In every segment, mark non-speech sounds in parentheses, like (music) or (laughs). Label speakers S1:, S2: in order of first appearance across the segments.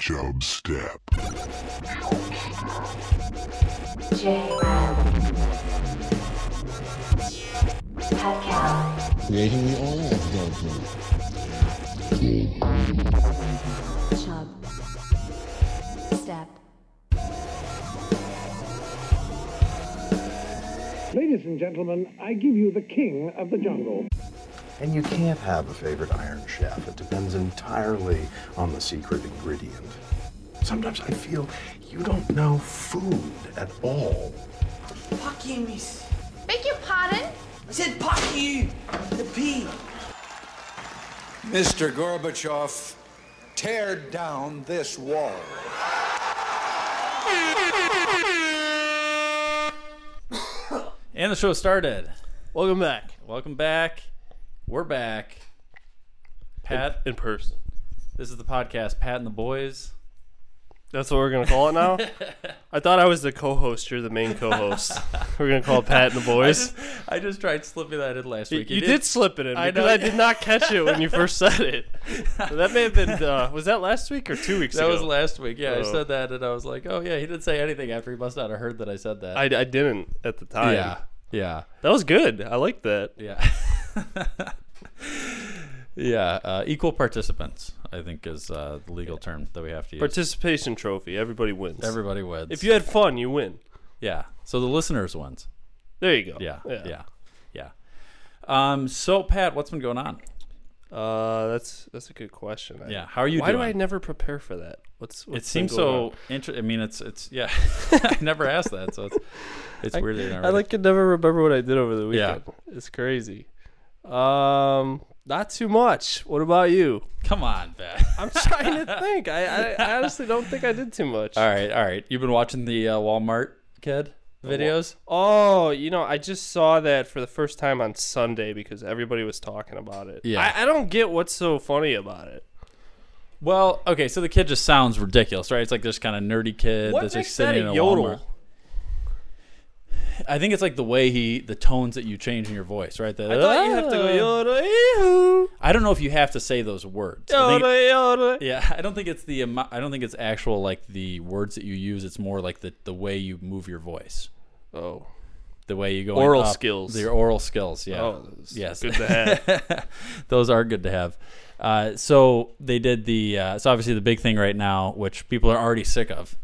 S1: Job Step.
S2: J Rob. Pascal.
S3: creating the oil of
S2: Chub. Step.
S4: Ladies and gentlemen, I give you the king of the jungle.
S5: And you can't have a favorite iron chef. It depends entirely on the secret ingredient. Sometimes I feel you don't know food at all.
S6: Fuck you, miss.
S7: Beg your pardon?
S6: I said fuck you. The P.
S8: Mr. Gorbachev, tear down this wall.
S9: And the show started.
S10: Welcome back
S9: Welcome back. We're back. Pat,
S10: in person.
S9: this is the podcast, Pat and the Boys.
S10: That's what we're gonna call it
S9: (laughs)
S10: now. I thought I was the co-host. You're the main co-host. we're gonna call it Pat and the Boys.
S9: (laughs) I just tried slipping that in last week.
S10: you did, slip it in
S9: I
S10: because
S9: know.
S10: I did not catch it
S9: (laughs)
S10: when you first said it. That may have been uh, was that last week or two weeks
S9: That
S10: ago?
S9: was last week. Yeah, I
S10: Oh.
S9: said that, and I was like, "Oh yeah, he didn't say anything after. He must not have heard that I said that."
S10: I, I didn't at the time.
S9: yeah, yeah,
S10: that was good. I like that.
S9: yeah, (laughs) yeah. Uh, equal participants, I think, is uh, the legal term that we have to use.
S10: Participation trophy. Everybody wins.
S9: Everybody wins.
S10: if you had fun, you win.
S9: yeah, so the listeners wins.
S10: There you go.
S9: Yeah, yeah, yeah. Um, so Pat, what's been going on?
S10: Uh, that's that's a good question. I-
S9: Yeah, how are you
S10: Why do
S9: doing?
S10: I never prepare for that? What's, what's
S9: It
S10: been
S9: seems
S10: going
S9: so
S10: on?
S9: interesting. I mean, it's it's yeah.
S10: (laughs)
S9: (laughs) I never asked that, so it's it's weird. that you never
S10: I like to never remember what I did over the
S9: Yeah.
S10: weekend. It's crazy. Um, not too much. What about you?
S9: Come on, Pat.
S10: I'm trying
S9: (laughs)
S10: to think. I, I, I honestly don't think I did too much.
S9: all right, all right. You've been watching the uh, Walmart kid videos.
S10: Oh, you know, I just saw that for the first time on Sunday because everybody was talking about it.
S9: Yeah.
S10: I, I don't get what's so funny about it.
S9: Well, okay, so the kid just sounds ridiculous, right? It's like this kind of nerdy kid
S10: What
S9: that's
S10: makes
S9: just
S10: that
S9: sitting
S10: a
S9: in a
S10: yodel?
S9: Walmart. I think it's like the way he, the tones that you change in your voice, right? The, "Ah."
S10: I thought you have to go yoda yoo
S9: I don't know if you have to say those words. I think-
S10: yoda yoda.
S9: Yeah, I don't think it's the amo- I don't think it's actual like the words that you use. It's more like the the way you move your voice,
S10: Oh,
S9: the way you go
S10: Oral
S9: up,
S10: skills.
S9: Your oral skills, yeah.
S10: oh, that's
S9: yes,
S10: good to have.
S9: (laughs) those are good to have. Uh, so they did the uh, so obviously the big thing right now, which people are already sick of.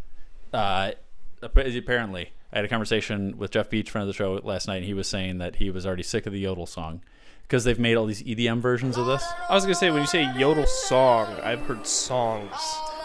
S9: Uh, app- apparently, I had a conversation with Jeff Beach, friend of the show, last night, and he was saying that he was already sick of the yodel song because they've made all these EDM versions of this.
S10: I was gonna say when you say yodel song, I've heard songs.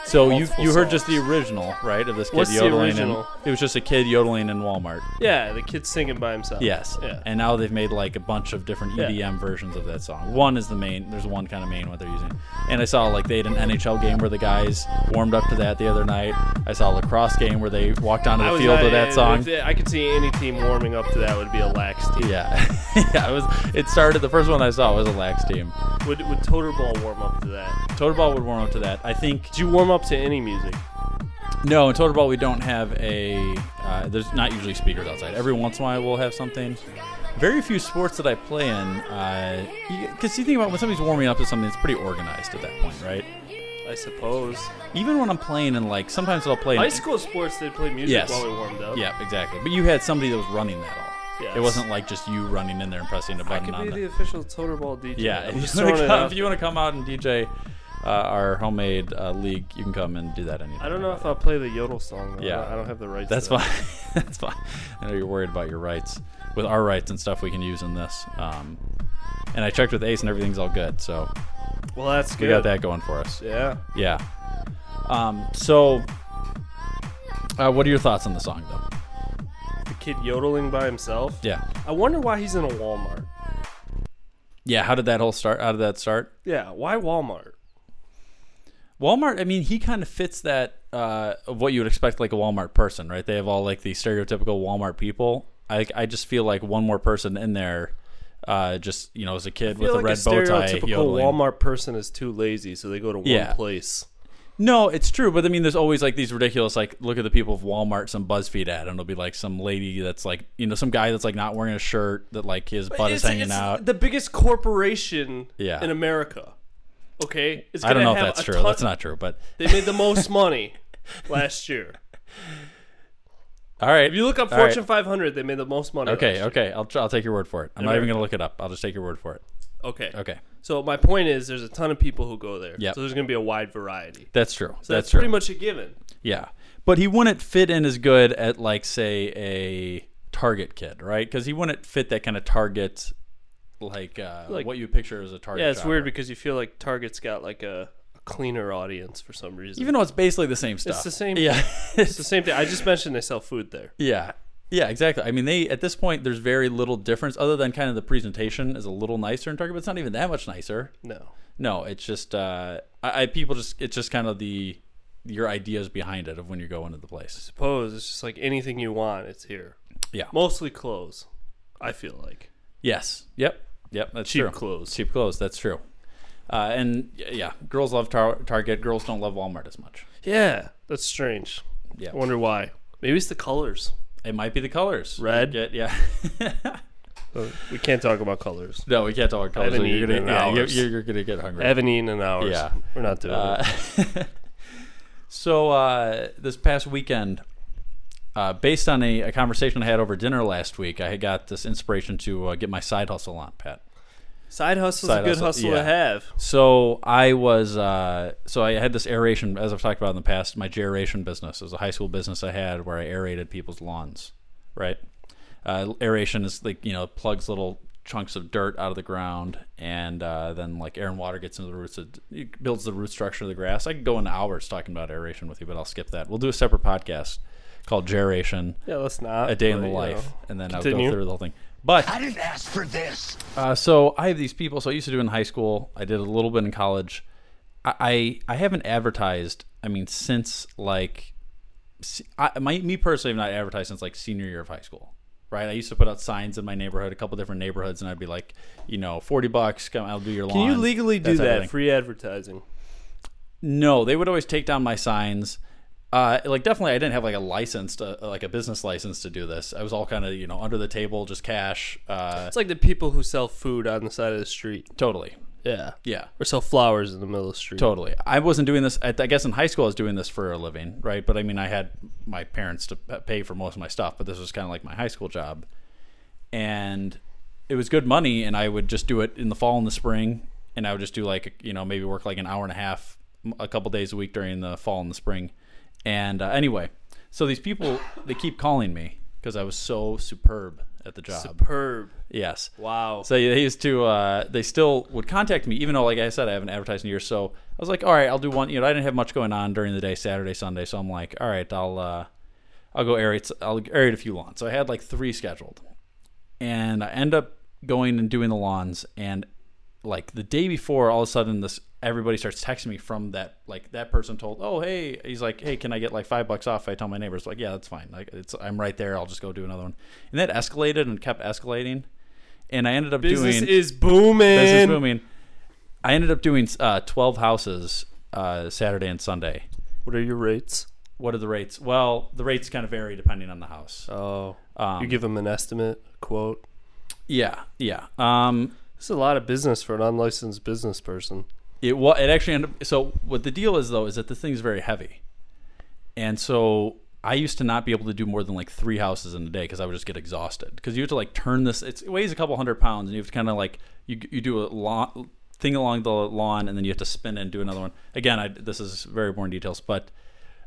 S9: So you
S10: Multiple
S9: you heard
S10: songs.
S9: just the original, right? Of this kid
S10: What's the
S9: yodeling.
S10: original?
S9: And, it was just a kid yodeling in Walmart.
S10: Yeah, the kid's singing by himself.
S9: Yes.
S10: Yeah.
S9: And now they've made like a bunch of different EDM versions of that song. One is the main. There's one kind of main one they're using. And I saw like they had an NHL game where the guys warmed up to that the other night. I saw a lacrosse game where they walked onto
S10: I
S9: the
S10: was
S9: field
S10: not-
S9: with that
S10: it-
S9: song.
S10: it- I could see any team warming up to that would be a lax team.
S9: Yeah. (laughs) yeah. It was. It started. The first one I saw was a lax team.
S10: Would would Toterball warm up to that?
S9: Total Ball would warm up to that. I think.
S10: Do you warm up to any music?
S9: No, in Total Ball we don't have a. Uh, there's not usually speakers outside. Every once in a while we'll have something. Very few sports that I play in, because uh, you think about when somebody's warming up to something, it's pretty organized at that point, right?
S10: I suppose.
S9: Even when I'm playing in like sometimes I'll play. in-
S10: High school sports, they play music
S9: Yes.
S10: while we warmed up.
S9: Yeah, exactly. But you had somebody that was running that all.
S10: Yes.
S9: It wasn't like just you running in there and pressing a
S10: I
S9: button
S10: could
S9: on
S10: be the
S9: the-
S10: official Toterball DJ.
S9: Yeah, (laughs)
S10: I'm
S9: if
S10: just
S9: you, wanna
S10: throwing it
S9: come,
S10: out
S9: if you
S10: there.
S9: want to come out and DJ uh, our homemade uh, league, you can come and do that anytime.
S10: I don't know if I'll play the yodel song. Though.
S9: Yeah.
S10: I don't- I don't have the rights.
S9: That's
S10: to that.
S9: fine. That's fine. (laughs) I know you're worried about your rights. With our rights and stuff, we can use in this. Um, and I checked with Ace, and everything's all good. So
S10: Well, that's good.
S9: we got that going for us.
S10: Yeah.
S9: Yeah. Um, so, uh, what are your thoughts on the song, though?
S10: The kid yodeling by himself.
S9: Yeah.
S10: I wonder why he's in a Walmart.
S9: Yeah. How did that whole start? How did that start?
S10: Yeah, why Walmart?
S9: Walmart. I mean, he kind of fits that uh, of what you would expect, like a Walmart person, right? They have all like the stereotypical Walmart people. I I just feel like one more person in there, uh, just you know, as a kid with
S10: feel
S9: a
S10: like
S9: red
S10: a
S9: bow tie,
S10: stereotypical
S9: yodeling.
S10: Walmart person is too lazy, so they go to one
S9: Yeah.
S10: place.
S9: No, it's true, but I mean, there's always like these ridiculous, like, look at the people of Walmart, some BuzzFeed ad, and it'll be like some lady that's like, you know, some guy that's like not wearing a shirt that like his butt is hanging out.
S10: The biggest corporation
S9: Yeah.
S10: in America.
S9: Okay, it's
S8: I don't know
S9: gonna
S8: if
S9: have
S8: that's
S9: a
S8: true.
S9: ton-
S8: That's not true, but
S9: They made the
S8: (laughs)
S9: most money last year.
S8: all right.
S9: If you look up
S8: All right.
S9: Fortune 500, they made the most money. last
S8: Okay,
S9: year.
S8: okay. I'll tr- I'll take your word for it. I'm not even going to look it up. I'll just take your word for it.
S9: okay,
S8: Okay.
S9: So my point is, there's a ton of people who go there.
S8: Yep.
S9: So there's gonna be a wide variety.
S8: That's true.
S9: So that's,
S8: true.
S9: pretty much a given.
S8: Yeah, but he wouldn't fit in as good at like say a Target kid, right? Because he wouldn't fit that kind of Target, like, uh,
S9: Like-
S8: what you picture as a Target.
S9: Yeah, it's weird
S8: shopper.
S9: because you feel like Target's got like a, a cleaner audience for some reason.
S8: even though it's basically the same stuff.
S9: it's the same.
S8: Yeah,
S9: (laughs) it's the same thing. I just mentioned they sell food there.
S8: yeah, yeah. Exactly. I mean, they at this point there's very little difference other than kind of the presentation is a little nicer in Target, but it's not even that much nicer.
S9: No.
S8: No, it's just uh, I, I people just it's just kind of the your ideas behind it of when you go into the place.
S9: Suppose it's just like anything you want, it's here.
S8: Yeah.
S9: Mostly clothes. I feel like
S8: Yes. Yep. Yep. That's
S9: cheap
S8: true.
S9: clothes.
S8: cheap clothes. That's true. Uh, and y- yeah, girls love tar- Target. Girls don't love Walmart as much.
S9: Yeah, that's strange.
S8: Yeah,
S9: I wonder why. Maybe it's the colors.
S8: it might be the colors.
S9: Red? Oh,
S8: Yeah,
S9: (laughs)
S8: yeah.
S9: We can't talk about colors.
S8: no, we can't talk colors.
S9: haven't
S8: You're gonna,
S9: eaten in
S8: yeah, you're,
S9: hours.
S8: you're- you're gonna get hungry.
S9: I haven't eaten in hours.
S8: Yeah. Uh,
S9: we're not doing it.
S8: (laughs) So uh, this past weekend, uh, based on a, a conversation I had over dinner last week, I had got this inspiration to uh, get my side hustle on, Pat.
S9: Side hustle's
S8: Side
S9: a good
S8: hustle,
S9: hustle,
S8: yeah.
S9: to have.
S8: So I was, uh, so I had this aeration, as I've talked about in the past, my aeration business. It was a high school business I had where I aerated people's lawns, right? Uh, aeration is like, you know, plugs little chunks of dirt out of the ground and uh, then like air and water gets into the roots. It it builds the root structure of the grass. I could go into hours talking about aeration with you, but I'll skip that. We'll do a separate podcast called Geration,
S9: Yeah, let's not.
S8: A Day in
S9: but,
S8: the
S9: you
S8: Life,
S9: know.
S8: and then I'll
S9: Continue.
S8: go through the whole thing. But
S11: I didn't ask for this.
S8: uh, so I have these people. So I used to do in high school. I did a little bit in college. I I, I haven't advertised. I mean, since like, se- I, my me personally have not advertised since like senior year of high school. Right. I used to put out signs in my neighborhood, a couple different neighborhoods, and I'd be like, you know, forty bucks. Come, I'll do your lawn.
S9: Can you legally do
S8: type of
S9: that?
S8: thing.
S9: Free advertising.
S8: No, they would always take down my signs. Uh, like definitely, I didn't have like a license to like a business license to do this. I was all kind of you know under the table, just cash. Uh,
S9: It's like the people who sell food on the side of the street.
S8: totally.
S9: Yeah.
S8: Yeah.
S9: Or sell flowers in the middle of the street.
S8: Totally. I wasn't doing this. At, I guess in high school, I was doing this for a living, right? But I mean, I had my parents to p- pay for most of my stuff, but this was kind of like my high school job. And it was good money, and I would just do it in the fall and the spring. And I would just do like, you know, maybe work like an hour and a half m- a couple days a week during the fall and the spring. And uh, anyway, so these people, they keep calling me because I was so superb at the job.
S9: Superb.
S8: Yes.
S9: Wow.
S8: So they used to, uh, they still would contact me, even though, like I said, I haven't advertised in years. So I was like, all right, I'll do one. You know, I didn't have much going on during the day, Saturday, Sunday. So I'm like, all right, I'll, uh, I'll go aerate. I'll aerate a few lawns. So I had like three scheduled, and I end up going and doing the lawns. And like the day before, all of a sudden, this everybody starts texting me from that like that person told, oh hey, he's like, hey, can I get like five bucks off? if I tell my neighbors like, yeah, that's fine. Like it's I'm right there. I'll just go do another one. And that escalated and kept escalating, and I ended up
S9: Business
S8: doing
S9: is booming.
S8: business booming. I ended up doing uh, twelve houses uh, Saturday and Sunday.
S9: What are your rates?
S8: What are the rates? Well, the rates kind of vary depending on the house. Um,
S9: Oh. you give them an estimate, quote.
S8: Yeah, yeah. Um,
S9: This is a lot of business for an unlicensed business person.
S8: it wa- it actually ended up. So what the deal is though is that the thing's very heavy, and so I used to not be able to do more than like three houses in a day because I would just get exhausted. Because you have to like turn this. It's, it weighs a couple hundred pounds, and you have to kind of like you you do a lawn thing along the lawn, and then you have to spin and do another one. Again, I, this is very boring details, but.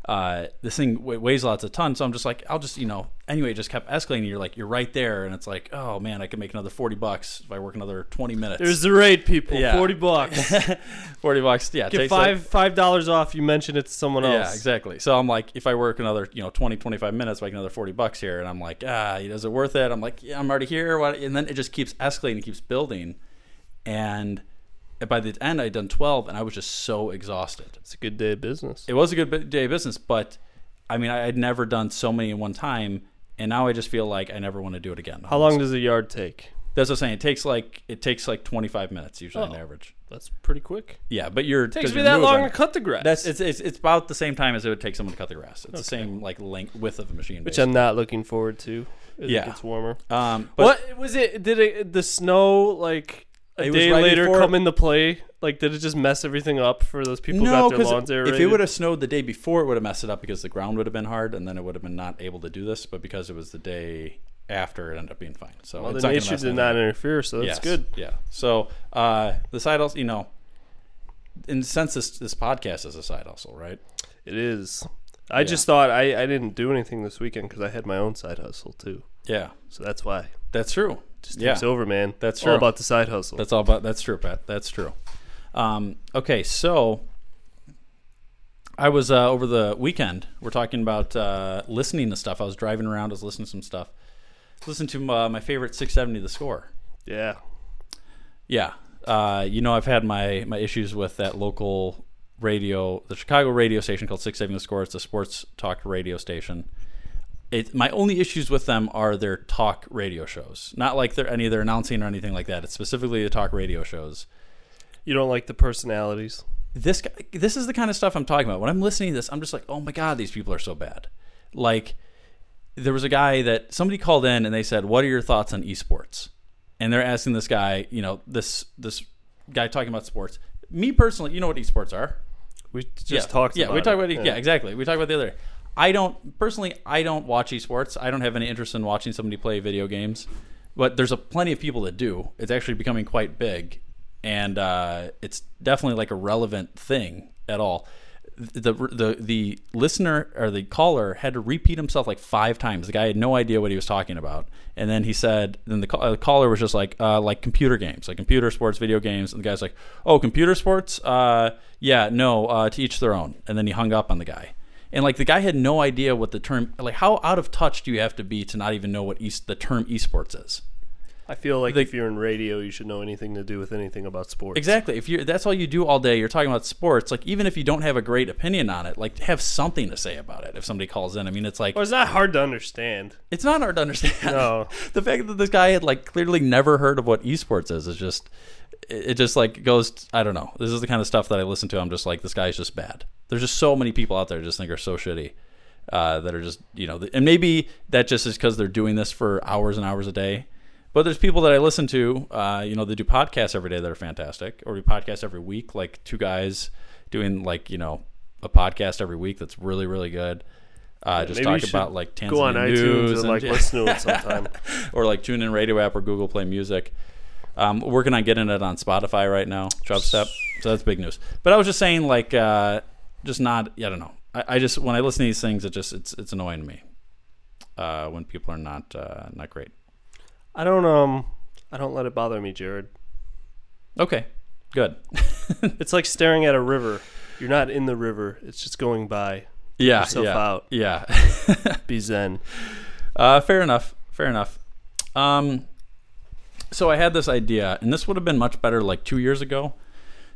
S8: Uh, this thing wa- weighs lots of tons, so I'm just like, I'll just, you know. Anyway, it just kept escalating. You're like, you're right there, and it's like, oh man, I could make another forty bucks if I work another twenty minutes.
S9: There's the rate, people.
S8: Yeah.
S9: 40 bucks.
S8: (laughs) forty bucks. Yeah, it
S9: Get
S8: takes, like,
S9: five five dollars off. You mentioned it to someone else.
S8: Yeah, exactly. So I'm like, if I work another, you know, 20, 25 minutes, like another 40 bucks here. And I'm like, ah, is it worth it? I'm like, yeah, I'm already here. What? And then it just keeps escalating, keeps building. And by the end, I'd done 12 and I was just so exhausted.
S9: It's a good day of business.
S8: It was a good bu- day of business, but I mean, I- I'd never done so many in one time. And now I just feel like I never want to do it again.
S9: How long does a yard take?
S8: That's what I'm saying. It takes like, it takes like 25 minutes usually on
S9: Oh.
S8: average.
S9: That's pretty quick.
S8: Yeah, but you're.
S9: Takes
S8: 'cause
S9: me
S8: you're
S9: that long
S8: moving.
S9: to cut the grass.
S8: That's it's, it's it's about the same time as it would take someone to cut the grass. It's the same like length width of a machine.
S9: which I'm not looking forward to. As
S8: Yeah.
S9: it gets warmer.
S8: basically. um, but
S9: what was it? Did it, the snow like a
S1: It was
S9: day
S1: right
S9: later
S1: before-
S9: come into play? Like, did it just mess everything up for those people
S6: No,
S9: who got their lawns
S6: because
S9: aerated?
S6: if it would have snowed the day before, it would have messed it up because the ground would have been hard, and then it would have been not able to do this. But because it was the day after, it ended up being fine. So
S9: well,
S6: it's not
S9: the
S6: gonna
S9: nature
S6: mess
S9: did
S6: anything
S9: not
S6: up.
S9: interfere, so that's
S6: Yes,
S9: good.
S6: Yeah. So uh, the side also, you know, and since this this podcast is a side hustle, right?
S9: It is. I just thought I, I didn't do anything this weekend because I had my own side hustle too.
S6: Yeah,
S9: So that's why.
S6: that's true. Just yeah.
S9: It's over, man.
S6: That's
S9: all
S6: true.
S9: about the side hustle.
S6: That's all about. That's true, Pat. That's true. Um, okay, so I was uh, over the weekend. We're talking about uh, listening to stuff. I was driving around. I was listening to some stuff. Listen to uh, my favorite 670, The Score.
S9: yeah.
S6: Yeah, uh, you know I've had my my issues with that local radio, the Chicago radio station called 670 The Score. It's a sports talk radio station. It, my only issues with them are their talk radio shows. Not like they're any of their announcing or anything like that. It's specifically the talk radio shows.
S9: You don't like the personalities.
S6: this guy, this is the kind of stuff I'm talking about. When I'm listening to this, I'm just like, oh my god, these people are so bad. Like, there was a guy that somebody called in and they said, "What are your thoughts on esports?" And they're asking this guy, you know, this this guy talking about sports. Me personally, you know what esports are?
S9: We just talked.
S6: Yeah,
S9: about
S6: we talked
S9: it.
S6: about it. Yeah. exactly. We talked about the other. day. I don't personally. I don't watch esports. I don't have any interest in watching somebody play video games. But there's a plenty of people that do. It's actually becoming quite big, and uh, it's definitely like a relevant thing at all. The, the the listener or the caller had to repeat himself like five times. The guy had no idea what he was talking about, and then he said, then the, ca- uh, caller was just like, uh, like computer games, like computer sports, video games, and the guy's like, oh, computer sports, uh, yeah, no, uh, to each their own, and then he hung up on the guy, and like the guy had no idea what the term, like how out of touch do you have to be to not even know what east the term esports is?
S9: I feel like
S6: The-
S9: if you're in radio, you should know anything to do with anything about sports.
S6: Exactly. If you are that's all you do all day, you're talking about sports. Like even if you don't have a great opinion on it, like have something to say about it. If somebody calls in, I mean, it's like
S9: Well, it's not hard to understand.
S6: it's not hard to understand.
S9: No.
S6: the fact that this guy had like clearly never heard of what esports is is just it it just like goes. I don't know. This is the kind of stuff that I listen to. I'm just like this guy's just bad. There's just so many people out there I just think are so shitty. Uh, that are just you know, th- and maybe that just is because they're doing this for hours and hours a day. But there's people that I listen to, uh, you know, they do podcasts every day that are fantastic, or do podcasts every week, like two guys doing like you know a podcast every week that's really really good. Uh, just
S9: Maybe you
S6: talk
S9: should
S6: about like Tanzania
S9: Go on
S6: news
S9: iTunes
S6: (laughs)
S9: and like listen to it sometime.
S6: or like TuneIn Radio app or Google Play Music. Um, working on getting it on Spotify right now, Dubstep. So that's big news. But I was just saying, like, uh, just not. I don't know. I, I just when I listen to these things, it just it's it's annoying to me uh, when people are not uh, not great.
S9: (laughs) I don't um, I don't let it bother me, Jared.
S6: Okay, good. (laughs)
S9: It's like staring at a river. You're not in the river. It's just going by.
S6: yeah,
S9: yourself
S6: yeah,
S9: out.
S6: yeah. (laughs)
S9: Be zen.
S6: Uh, fair enough. Fair enough. Um, so I had this idea, and this would have been much better like two years ago.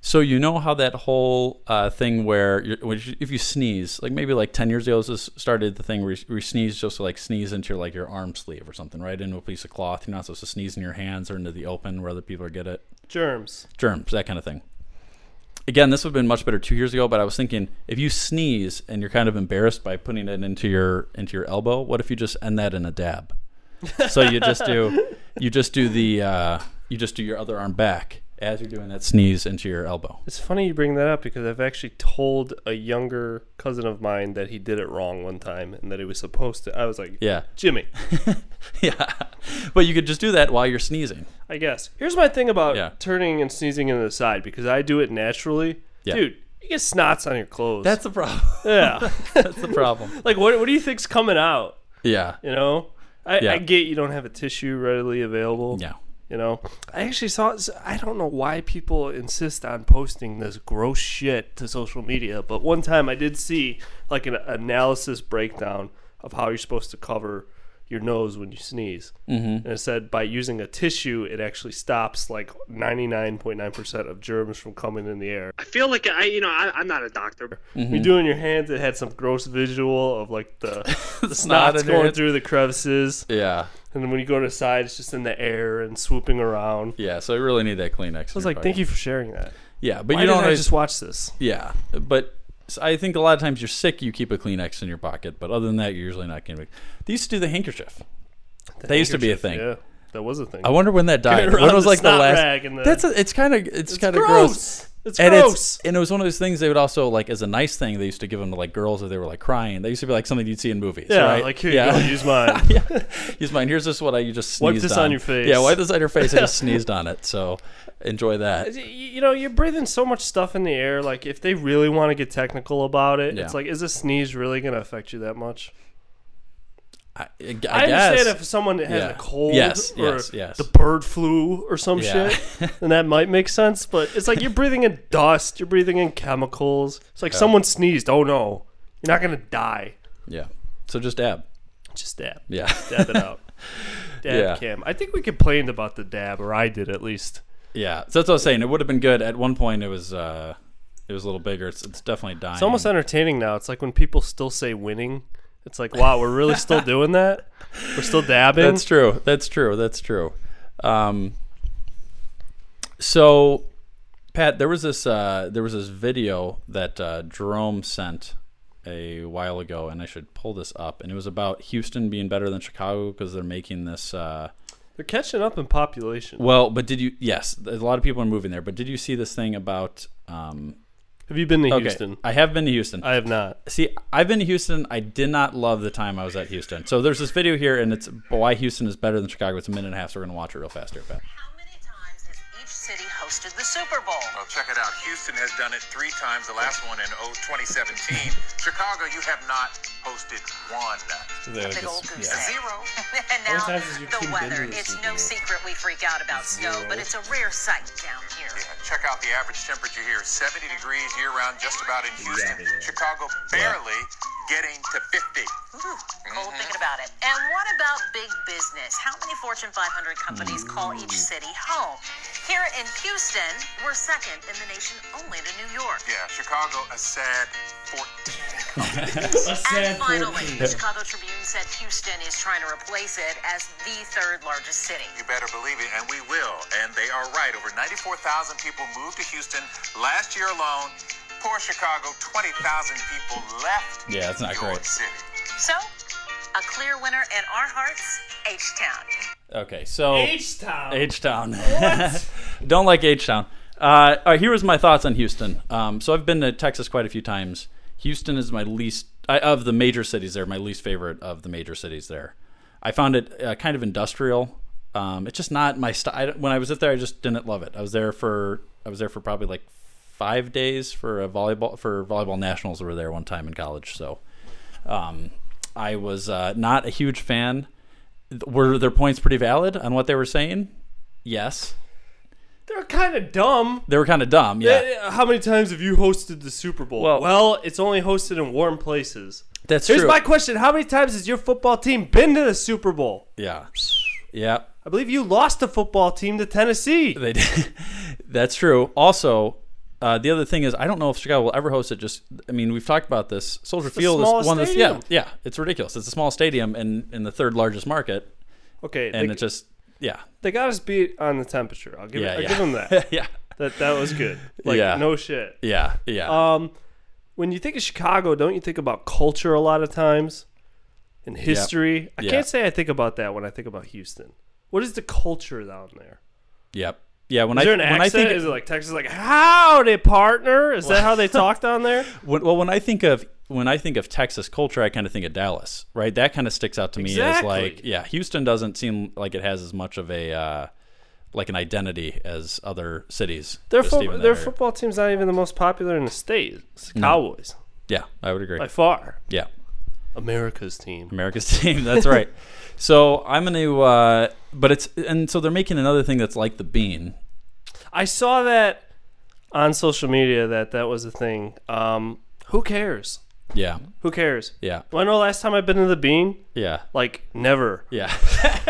S6: So you know how that whole uh, thing where you're, when you- if you sneeze, like maybe like ten years ago, this was- started the thing where you, where you sneeze just to like sneeze into your, like your arm sleeve or something, right into a piece of cloth. You're not supposed to sneeze in your hands or into the open where other people are get it
S9: Germs.
S6: germs, that kind of thing. Again, this would have been much better two years ago, but I was thinking if you sneeze and you're kind of embarrassed by putting it into your into your elbow, what if you just end that in a
S9: (laughs)
S6: dab? so you just do you just do the uh, you just do your other arm back as you're doing that sneeze into your elbow.
S9: It's funny you bring that up because I've actually told a younger cousin of mine that he did it wrong one time and that he was supposed to. I was like,
S6: Yeah. (laughs)
S9: Jimmy,
S6: yeah. But you could just do that while you're sneezing.
S9: I guess. Here's my thing about
S6: Yeah.
S9: turning and sneezing into the side because I do it naturally.
S6: Yeah.
S9: Dude, you get snots on your clothes.
S6: That's the problem.
S9: yeah.
S6: (laughs)
S9: (laughs)
S6: That's the problem.
S9: like what? What do you think's coming out?
S6: Yeah.
S9: You know, I,
S6: Yeah.
S9: I get you don't have a tissue readily available.
S6: Yeah.
S9: You know, I actually saw. I don't know why people insist on posting this gross shit to social media, but one time I did see like an analysis breakdown of how you're supposed to cover your nose when you sneeze, mm-hmm. and it said by using a tissue, it actually stops like ninety nine point nine percent of germs from coming in the air.
S7: feel like I, you know, I, I'm not a doctor.
S6: Mm-hmm.
S9: When you do it in your hands, it had some gross visual of like the,
S6: (laughs)
S9: the
S6: snot
S9: snots
S6: in your
S9: going
S6: hand.
S9: through the crevices.
S6: Yeah.
S9: And then when you go to the side, it's just in the air and swooping around. I
S6: Yeah. So I really need that Kleenex. I
S9: was like, thank you for sharing that.
S6: Yeah, but
S9: Why
S6: you don't
S9: didn't I
S6: always-
S9: just watch this?
S6: Yeah, but s- I think a lot of times you're sick, you keep a Kleenex in your pocket. But other than that, you're usually not getting. They used to do the handkerchief. that used to be a thing.
S9: Yeah. That was a thing.
S6: I wonder when that died.
S9: around
S6: When was
S9: the
S6: like the
S9: snot
S6: last?
S9: rag and the-
S6: that's a, it's kind of it's, kind of
S9: gross.
S6: gross.
S9: It's
S6: and
S9: gross.
S6: It's, and it was one of those things they would also like as a nice thing they used to give them to like girls if they were like crying. They used to be like something you'd see in movies.
S9: yeah,
S6: right?
S9: like here
S6: yeah. (laughs)
S9: you go, use mine.
S6: yeah. Use mine. Here's just what I you just sneezed
S9: Wipe this on your face.
S6: Yeah, wipe this on your face.
S9: (laughs)
S6: I just sneezed on it. So enjoy that.
S9: Y- you know you're breathing so much stuff in the air like if they really want to get technical about it it's
S6: Yeah.
S9: like is a sneeze really going to affect you that much
S6: I, I
S9: i,
S6: guess.
S9: understand if someone has
S6: Yeah.
S9: a cold
S6: Yes,
S9: or
S6: yes, yes.
S9: the bird flu or some
S6: Yeah. (laughs)
S9: shit then that might make sense but it's like you're breathing in dust you're breathing in chemicals it's like someone sneezed oh no you're not going to die
S6: yeah. So just dab.
S9: just dab
S6: Yeah.
S9: dab
S6: (laughs)
S9: it out dab
S6: Yeah.
S9: cam i think we complained about the dab or i did at least
S6: Yeah. So that's what I was saying. It would have been good. At one point, it was uh, it was a little bigger. It's, it's definitely dying.
S9: It's almost entertaining now. It's like when people still say winning. It's like, wow, we're really
S6: (laughs)
S9: still doing that? We're still dabbing?
S6: That's true. That's true. That's true. Um, so, Pat, there was this uh, there was this video that uh, Jerome sent a while ago, and I should pull this up. And it was about Houston being better than Chicago because they're making this. Uh,
S9: They're catching up in population.
S6: well, but did you? Yes, a lot of people are moving there. But did you see this thing about? Um,
S9: Have you been to
S6: okay,
S9: Houston?
S6: I have been to Houston.
S9: I have not.
S6: See, I've been to Houston. I did not love the time I was at Houston. So there's this video here, and it's why Houston is better than Chicago. It's a minute and a half, so we're gonna watch it real fast here, Pat.
S1: How many times has each city hosted the Super Bowl?
S3: Well, check it out. Houston has done it three times, the last one in oh, 2017. Chicago, you have not hosted one.
S1: Big old goose egg.
S3: Zero.
S1: and now
S9: times has your team
S1: the
S9: been to
S1: weather.
S9: the
S1: It's no
S9: Super Bowl?
S1: secret we freak out about snow, but it's a rare sight down here.
S3: Yeah, check out the average temperature here 70 degrees year round, just about in Houston. Chicago barely getting to 50.
S1: Ooh, cold thinking about it. And what about big business? How many Fortune 500 companies call each city home? Here in Houston, we're second in the nation only to New York.
S3: Yeah, Chicago, a sad 14.
S1: And finally, the Chicago Tribune said Houston is trying to replace it as the third largest city.
S3: You better believe it, and we will. And they are right. Over 94,000 people moved to Houston last year alone. Poor Chicago, 20,000 people left.
S6: (laughs) Yeah, it's not
S3: your
S6: great.
S3: City.
S1: So, a clear winner in our hearts, H Town.
S6: Okay, so
S9: H Town.
S6: H Town. (laughs) Don't like H Town. Uh, all right, here was my thoughts on Houston. Um, so I've been to Texas quite a few times. Houston is my least I, of the major cities there. My least favorite of the major cities there. I found it uh, kind of industrial. Um, it's just not my style. When I was there, I just didn't love it. I was there for I was there for probably like five days for a volleyball for volleyball nationals. that were there one time in college, so um, I was uh, not a huge fan. Were their points pretty valid on what they were saying? Yes.
S9: They're kind of dumb.
S6: They were kind of dumb, yeah.
S9: Eh, How many times have you hosted the Super Bowl? Well,
S6: Well-
S9: it's only hosted in warm places.
S6: That's
S9: Here's
S6: true.
S9: my question How many times has your football team been to the Super Bowl?
S6: yeah. Yeah.
S9: I believe you lost the football team to Tennessee.
S6: They did. (laughs) That's true. Also, uh, the other thing is I don't know if Chicago will ever host it just I mean, we've talked about this. Soldier
S9: the
S6: Field is
S9: smallest
S6: one of the yeah,
S9: stadium.
S6: yeah, it's ridiculous. It's a small stadium and in the third largest market
S9: Okay,
S6: and
S9: they,
S6: it just yeah.
S9: they got us beat on the temperature. I'll give,
S6: Yeah,
S9: I'll
S6: yeah.
S9: give them that.
S6: (laughs) yeah.
S9: That that was good. Like
S6: Yeah.
S9: no shit.
S6: Yeah. Yeah.
S9: Um, when you think of Chicago, don't you think about culture a lot of times and history? I
S6: Yeah.
S9: can't say I think about that when I think about Houston. What is the culture down there?
S6: yep. Yeah, when
S9: Is
S6: I
S9: there an
S6: when I
S9: accent?
S6: think
S9: is it like Texas, like howdy partner? Is that
S6: (laughs)
S9: how they talk down there?
S6: When, well, when I think of when I think of Texas culture, I kind of think of Dallas, right? That kind of sticks out to me as
S9: Exactly.
S6: like, yeah, Houston doesn't seem like it has as much of a uh, like an identity as other cities.
S9: Their
S6: just
S9: fo-
S6: even in
S9: their
S6: that area.
S9: football team's not even the most popular in the state. It's the Cowboys
S6: yeah, I would agree.
S9: by far.
S6: yeah,
S9: America's team.
S6: America's (laughs) team. That's right. so I'm gonna, uh, but it's and so they're making another thing that's like the bean.
S9: I saw that on social media that that was a thing. Um, who cares?
S6: Yeah,
S9: Who cares?
S6: yeah,
S9: When the last time I've been to the Bean?
S6: yeah,
S9: Like never.
S6: yeah.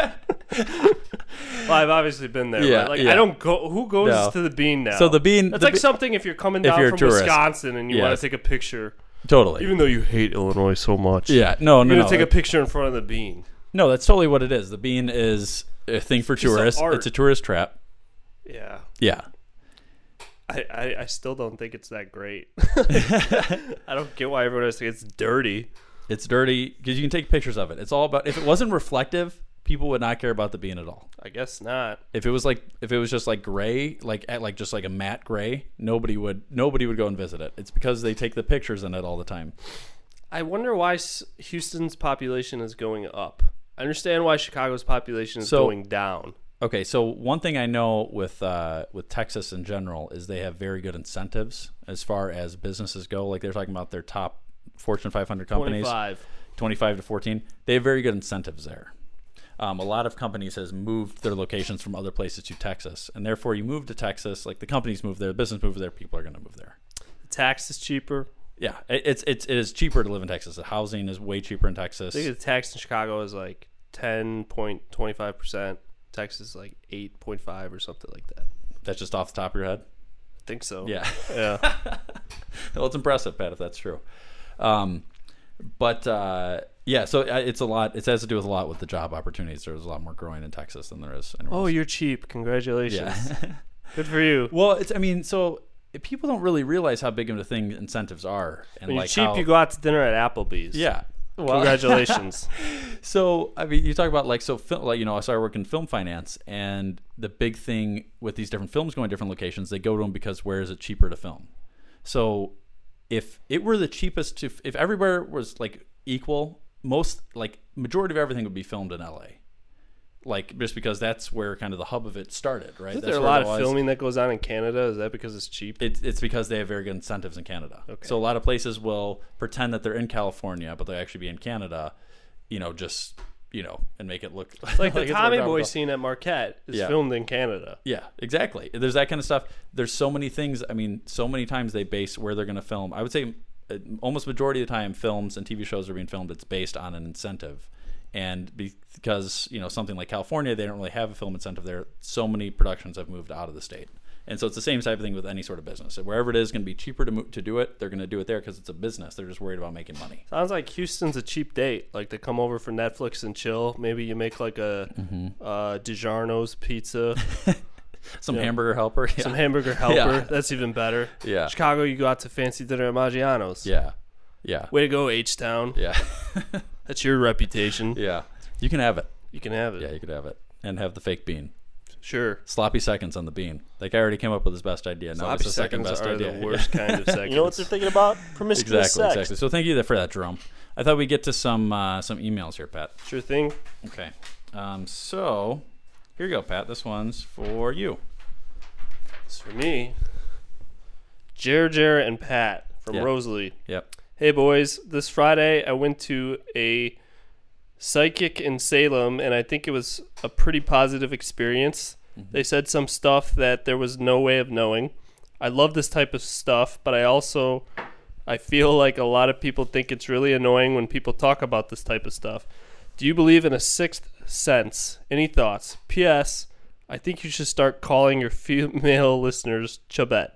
S6: (laughs)
S9: Well, I've obviously been there.
S6: Yeah,
S9: but, like
S6: yeah.
S9: I don't go. Who goes
S6: No.
S9: to the Bean now?
S6: So the Bean-
S9: That's
S6: the
S9: like
S6: Be-
S9: something if you're coming down
S6: you're a
S9: from
S6: tourist.
S9: Wisconsin and you want
S6: Yes.
S9: to take a picture,
S6: totally.
S9: even though you hate Illinois so much.
S6: yeah, no,
S9: You're
S6: no,
S9: gonna
S6: no.
S9: take a picture in front of the Bean.
S6: no, that's totally what it is. The bean is a thing for
S9: of
S6: tourists.
S9: art.
S6: It's a tourist trap.
S9: Yeah.
S6: Yeah.
S9: I, I, I still don't think it's that (laughs) great. I don't get why everyone else thinks it's dirty.
S6: It's dirty because you can take pictures of it. It's all about if it wasn't reflective, people would not care about the bean at all.
S9: I guess not.
S6: If it was like if it was just like gray, like at like just like a matte gray, nobody would nobody would go and visit it. It's because they take the pictures in it all the time.
S9: I wonder why S- Houston's population is going up. I understand why Chicago's population is
S6: So-
S9: going down.
S6: Okay, so one thing I know with uh, with Texas in general is they have very good incentives as far as businesses go. Like they're talking about their top Fortune 500 companies,
S9: 25.
S6: 25 to 14. They have very good incentives there. Um, a lot of companies has moved their locations from other places to Texas, and therefore you move to Texas. Like the companies move there, the business move there, people are going to move there.
S9: Tax is cheaper.
S6: Yeah, it, it's it's it is cheaper to live in Texas. The housing is way cheaper in Texas.
S9: I think the tax in Chicago is like 10.25%. Texas is like 8.5 or something like that. I
S6: That's just off the top of your head.
S9: think so.
S6: Yeah.
S9: Yeah.
S6: (laughs) well, it's impressive, Pat, if that's true. Um, but uh, yeah, so uh, it's a lot. It has to do with a lot with the job opportunities. There's a lot more growing in Texas than there is. Anywhere
S9: oh,
S6: else.
S9: you're cheap. Congratulations. (laughs)
S6: yeah.
S9: Good for you.
S6: well, it's. I mean, so eh, people don't really realize how big of a thing incentives are, and
S9: When you're
S6: like
S9: cheap,
S6: how-
S9: you go out to dinner at Applebee's.
S6: Yeah. Well,
S9: Congratulations.
S6: so I mean, you talk about like so, fil- like you know, I started working in film finance, and the big thing with these different films going to different locations, they go to them because where is it cheaper to film? So if it were the cheapest to, if everywhere was like equal, most like majority of everything would be filmed in L.A. Like just because that's where kind of the hub of it started, right?
S9: Isn't
S6: That's
S9: there a
S6: where it
S9: lot of
S6: was.
S9: filming that goes on in Canada? Is that because it's cheap?
S6: It, it's because they have very good incentives in Canada. So a lot of places will pretend that they're in California, but they'll actually be in Canada. You know, just you know, and make it look (laughs)
S9: like the
S6: it's more
S9: Tommy Boy
S6: comparable.
S9: scene at Marquette is
S6: Yeah.
S9: filmed in Canada.
S6: Yeah, exactly. There's that kind of stuff. There's so many things. I mean, so many times they base where they're going to film. I would say uh, almost majority of the time, films and TV shows are being filmed. It's based on an incentive, and because you know something like California, they don't really have a film incentive there. So many productions have moved out of the state, and so it's the same type of thing with any sort of business. Wherever it is going to be cheaper to mo- to do it, they're going to do it there because it's a business. They're just worried about making money.
S9: Sounds like Houston's a cheap date. Like they come over for Netflix and chill. Maybe you make like a
S6: Mm-hmm.
S9: uh, DiGiorno's pizza,
S6: Some hamburger helper. (laughs) Yeah.
S9: some hamburger helper.
S6: Yeah.
S9: That's even better.
S6: Yeah.
S9: Chicago, you go out to fancy dinner at Maggiano's.
S6: yeah. Yeah.
S9: Way to go, H Town.
S6: Yeah.
S9: That's your reputation.
S6: (laughs) yeah. You can have it.
S9: You can have it.
S6: Yeah, you could have it and have the fake bean.
S9: Sure.
S6: sloppy seconds on the bean. Like I already came up with his best idea. Now
S9: Sloppy
S6: it's the second
S9: seconds
S6: best
S9: are
S6: idea. (laughs)
S9: the worst kind of seconds.
S12: You know what they're thinking about? Promiscuous
S6: exactly,
S12: sex.
S6: exactly. So thank you for that, Jerome. I thought we'd get to some uh, some emails here, Pat.
S9: Sure thing.
S6: Okay. Um, so here you go, Pat. This one's for you.
S9: It's for me. Jer Jer and Pat from
S6: Yeah.
S9: Rosalie.
S6: Yep.
S9: Hey boys, this Friday I went to a psychic in Salem and I think it was a pretty positive experience. They said some stuff that there was no way of knowing. I love this type of stuff, but I also I feel like a lot of people think it's really annoying when people talk about this type of stuff. Do you believe in a sixth sense? Any thoughts? PS, I think you should start calling your (laughs) female listeners Chubette.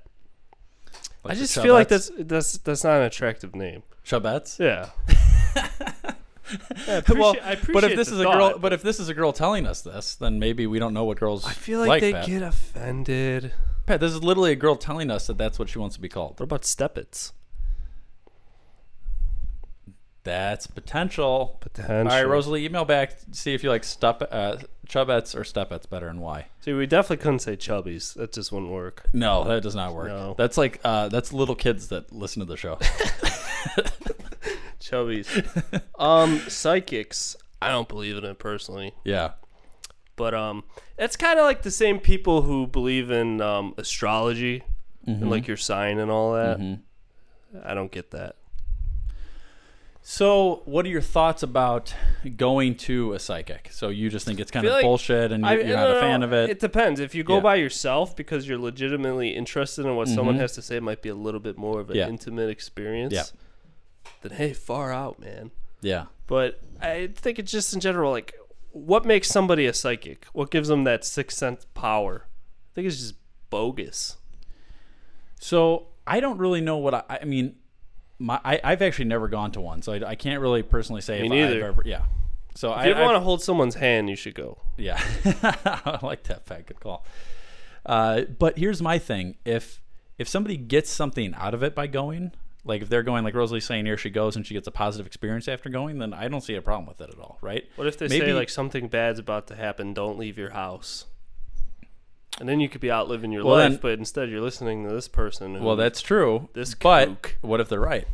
S9: I
S6: the
S9: just feel
S6: Chubettes?
S9: like that's that's that's not an attractive name.
S6: Chubettes.
S9: (laughs) Yeah. (laughs)
S6: well,
S9: I appreciate
S6: but if this
S9: the
S6: is a girl,
S9: thought,
S6: but if this is a girl telling us this, then maybe we don't know what girls.
S9: I feel like, they
S6: Pat.
S9: get offended.
S6: Pat, this is literally a girl telling us that that's what she wants to be called.
S9: What about Steppets?
S6: That's potential.
S9: Potential.
S6: All right, Rosalie, email back. See if you like stup, uh, Chubettes or Stepettes better and why.
S9: See, we definitely couldn't say chubbies. That just wouldn't work.
S6: No, that does not work.
S9: No.
S6: That's like uh, that's little kids that listen to the (laughs) show.
S9: Chubbies. (laughs) um, psychics. I don't believe in it personally,
S6: yeah.
S9: but um, it's kind of like the same people who believe in um astrology and like your sign and all that. I don't get that.
S6: So, what are your thoughts about going to a psychic? So you just think it's kind of
S9: feel like-
S6: bullshit, and
S9: I-
S6: you're, you're
S9: no,
S6: not
S9: no,
S6: a fan
S9: no.
S6: of it.
S9: It depends. If you go
S6: Yeah. Mm-hmm.
S9: by yourself because you're legitimately interested in what someone has to say, it might be a little bit more of an
S6: Yeah.
S9: intimate experience.
S6: Yeah.
S9: Then hey, far out, man.
S6: yeah.
S9: But I think it's just in general like what makes somebody a psychic? What gives them that sixth sense power? I think it's just bogus.
S6: So I don't really know what I. I mean, my I, I've actually never gone to one, so I, I can't really personally say
S9: Me
S6: if
S9: neither.
S6: I've ever. Yeah. So
S9: If you
S6: I
S9: ever
S6: I've-
S9: want to hold someone's hand, you should go.
S6: Yeah, (laughs) I like that. Pat, good call. Uh, but here's my thing: if if somebody gets something out of it by going, Like if they're going like Rosalie's saying here she goes and she gets a positive experience after going, then I don't see a problem with it at all, right?
S9: What if they say like something bad's about to happen? Don't leave your house. And then you could be out living your
S6: Well,
S9: life,
S6: then-
S9: but instead you're listening to this person. who-
S6: Well, that's true.
S9: This
S6: but
S9: kook.
S6: what if they're right?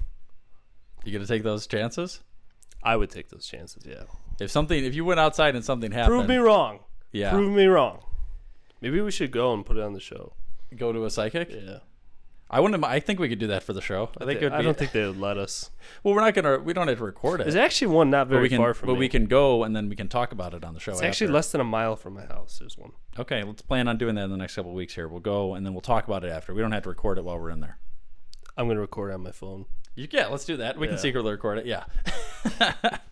S6: You gonna take those chances?
S9: I would take those chances. Yeah.
S6: If something, if you went outside and something happened,
S9: Prove me wrong.
S6: Yeah.
S9: Prove me wrong. Maybe we should go and put it on the show.
S6: Go to a psychic.
S9: Yeah.
S6: I wouldn't. I think we could do that for the show. I think. it would
S9: I
S6: be,
S9: don't (laughs) think they would let us.
S6: Well, we're not gonna. We don't have to record it.
S9: There's actually one not
S6: but
S9: very
S6: we can,
S9: far from
S6: but
S9: me.
S6: we can go and then we can talk about it on the show.
S9: It's actually
S6: after.
S9: less than a mile from my house. There's one.
S6: Okay, let's plan on doing that in the next couple of weeks. Here, we'll go and then we'll talk about it after. We don't have to record it while we're in there.
S9: I'm gonna record on my phone.
S6: You, yeah, let's do that. We can
S9: Yeah.
S6: secretly record it. Yeah.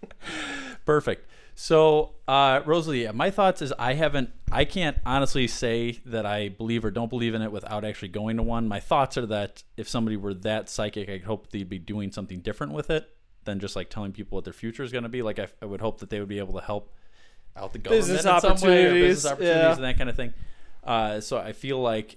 S6: (laughs) Perfect. So, uh, Rosalie, my thoughts is I haven't, I can't honestly say that I believe or don't believe in it without actually going to one. My thoughts are that if somebody were that psychic, I'd hope they'd be doing something different with it than just like telling people what their future is going to be. Like, I, I would hope that they would be able to help out the government
S9: Business
S6: in some way, or
S9: opportunities,
S6: business opportunities,
S9: yeah.
S6: and that kind of thing. Uh, so I feel like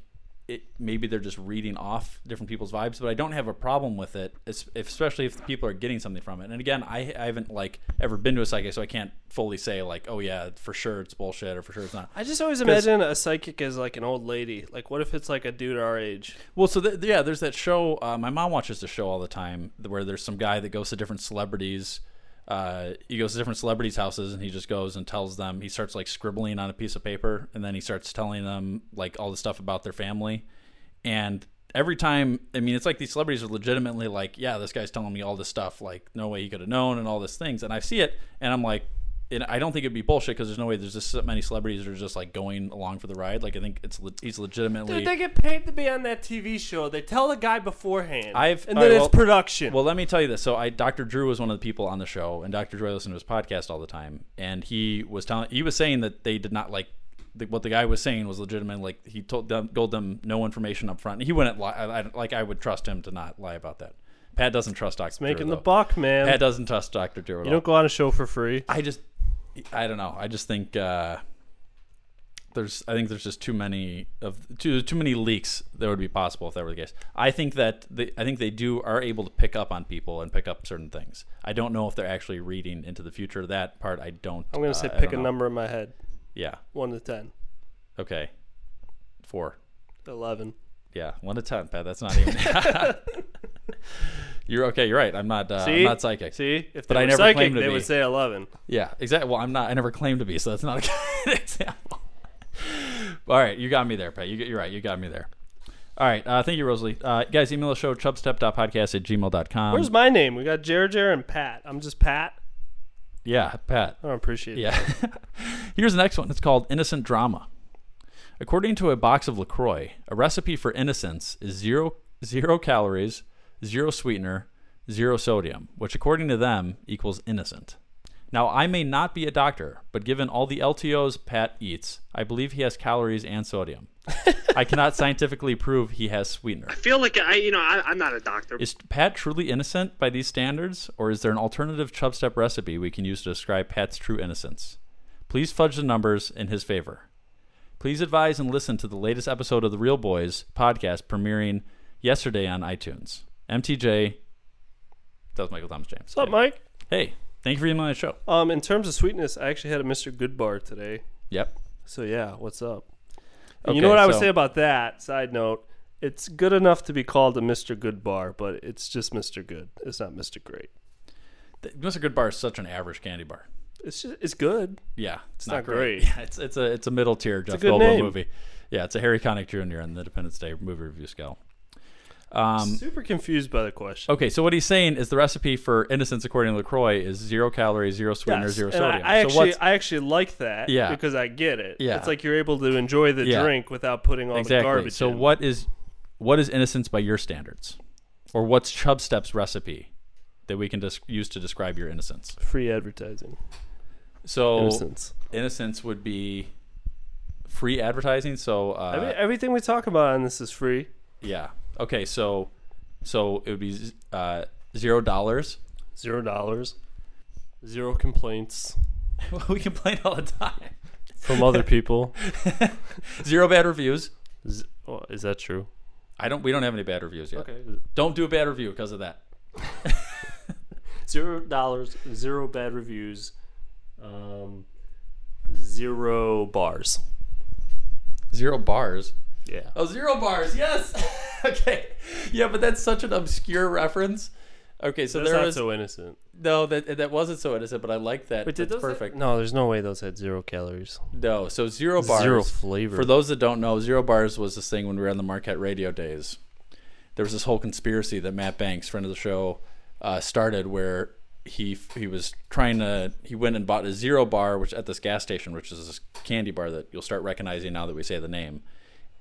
S6: it, maybe they're just reading off different people's vibes, but I don't have a problem with it, es- if- especially if the people are getting something from it. And again, I, I haven't like ever been to a psychic, so I can't fully say like, oh yeah, for sure it's bullshit or for sure it's not.
S9: I just always
S6: 'Cause-
S9: imagine a psychic as like an old lady. Like, what if it's like a dude our age?
S6: Well, so th- yeah, there's that show. Uh, my mom watches the show all the time, th- where there's some guy that goes to different celebrities. Uh, he goes to different celebrities' houses, and he just goes and tells them. He starts like scribbling on a piece of paper, and then he starts telling them like all the stuff about their family. And every time, I mean, it's like these celebrities are legitimately like, "Yeah, this guy's telling me all this stuff. Like, no way he could have known, and all these things." And I see it, and I'm like. And I don't think it'd be bullshit because there's no way there's just so many celebrities that are just like going along for the ride. Like I think it's le- he's legitimately
S9: Dude, they get paid to be on that TV show. They tell the guy beforehand.
S6: I've
S9: and
S6: all right,
S9: then
S6: well-
S9: it's production.
S6: Well, let me tell you this. So, I Dr. Drew was one of the people on the show, and Dr. Drew I listened to his podcast all the time, and he was telling he was saying that they did not like the, what the guy was saying was legitimate. Like he told them, told them no information up front. He wouldn't lie. I, I- like I would trust him to not lie about that. Pat doesn't trust Dr. It's
S9: making the buck, man.
S6: Pat doesn't trust Dr. Drew at
S9: you
S6: all.
S9: don't go on a show for free.
S6: I just, I don't know. I just think uh, there's, I think there's just too many of too too many leaks that would be possible if that were the case. I think that they, I think they do are able to pick up on people and pick up certain things. I don't know if they're actually reading into the future. That part I don't.
S9: I'm gonna
S6: uh,
S9: say
S6: I
S9: pick a
S6: don't know.
S9: number in my head,
S6: Yeah.
S9: one to ten.
S6: Okay. Four.
S9: 11.
S6: Yeah. One to ten, Pat. That's not even. (laughs) you're okay. You're right. I'm not. Uh, I'm not psychic.
S9: See, if they
S6: But I
S9: were
S6: never
S9: psychic,
S6: claimed to
S9: they
S6: be.
S9: would say 11.
S6: Yeah, exactly. Well, I'm not. I never claimed to be, so that's not a (laughs) good example. All right, you got me there, Pat. You, you're right. You got me there. All right. Uh, thank you, Rosalie. Uh, guys, email the show chubstep.podcast at gmail.com.
S9: Where's my name? We got Jer Jer and Pat. I'm just Pat.
S6: Yeah, Pat.
S9: I don't appreciate it.
S6: Yeah. (laughs) Here's the next one. It's called Innocent Drama. According to a box of LaCroix, a recipe for innocence is zero, zero calories, zero sweetener, zero sodium, which according to them equals innocent. Now, I may not be a doctor, but given all the LTOs Pat eats, I believe he has calories and sodium. (laughs) I cannot scientifically prove he has sweetener.
S7: I feel like I, you know, I, I'm not a doctor.
S6: Is Pat truly innocent by these standards, or is there an alternative Chubstep recipe we can use to describe Pat's true innocence? Please fudge the numbers in his favor. Please advise and listen to the latest episode of the Real Boys podcast premiering yesterday on iTunes. MTJ. That was Michael Thomas James.
S9: What's up, Mike?
S6: Hey, thank you for emailing the show.
S9: Um, in terms of sweetness, I actually had a Mr. Goodbar today.
S6: Yep.
S9: So yeah, what's up? And
S6: Okay,
S9: you know what I would
S6: so-
S9: say about that? Side note: It's good enough to be called a Mr. Good bar, but it's just Mr. Good. It's not Mr. Great.
S6: Th- Mr. Good Bar is such an average candy bar.
S9: It's just, it's good.
S6: Yeah, it's
S9: not great.
S6: Yeah, (laughs) it's it's a it's a middle tier Jeff
S9: good
S6: Goldblum
S9: name.
S6: movie. Yeah, it's a Harry Connick Jr. on the Independence Day movie review scale. Um,
S9: Super confused by the question.
S6: Okay, so what he's saying is the recipe for innocence, according to Lacroix, is zero calories, zero sweetener,
S9: Yes,
S6: zero
S9: and
S6: sodium.
S9: I, I
S6: so
S9: actually
S6: what's
S9: I actually like that.
S6: Yeah.
S9: because I get it.
S6: Yeah.
S9: it's like you're able to enjoy the
S6: Yeah.
S9: drink without putting all the
S6: exactly?
S9: garbage.
S6: So
S9: in.
S6: what is what is innocence by your standards, or what's Chubb Steps recipe that we can dis- use to describe your innocence?
S9: Free advertising.
S6: So
S9: Innocence.
S6: innocence would be free advertising. So uh,
S9: Every, everything we talk about on this is free.
S6: yeah, okay, so so it would be z- uh, zero dollars.
S9: Zero dollars. Zero complaints (laughs)
S6: we complain all the time.
S9: from other people.
S6: Zero bad reviews.
S9: Z- oh, is that true?
S6: I don't. We don't have any bad reviews yet.
S9: Okay.
S6: Don't do a bad review because of that.
S9: Zero dollars, zero bad reviews, um, zero bars.
S6: Zero bars.
S9: Yeah.
S6: Oh, zero bars. Yes. (laughs) okay. Yeah, but that's such an obscure reference. Okay, so
S9: That's
S6: there
S9: not
S6: was
S9: so innocent.
S6: no that that wasn't so innocent, but I like that.
S9: But did
S6: that's
S9: those have-
S6: perfect.
S9: no, there's no way those had zero calories.
S6: No, so zero bars.
S9: Zero flavor.
S6: For those that don't know, zero bars was this thing when we were on the Marquette radio days. There was this whole conspiracy that Matt Banks, friend of the show, uh, started where he he was trying to he went and bought a zero bar which at this gas station which is this candy bar that you'll start recognizing now that we say the name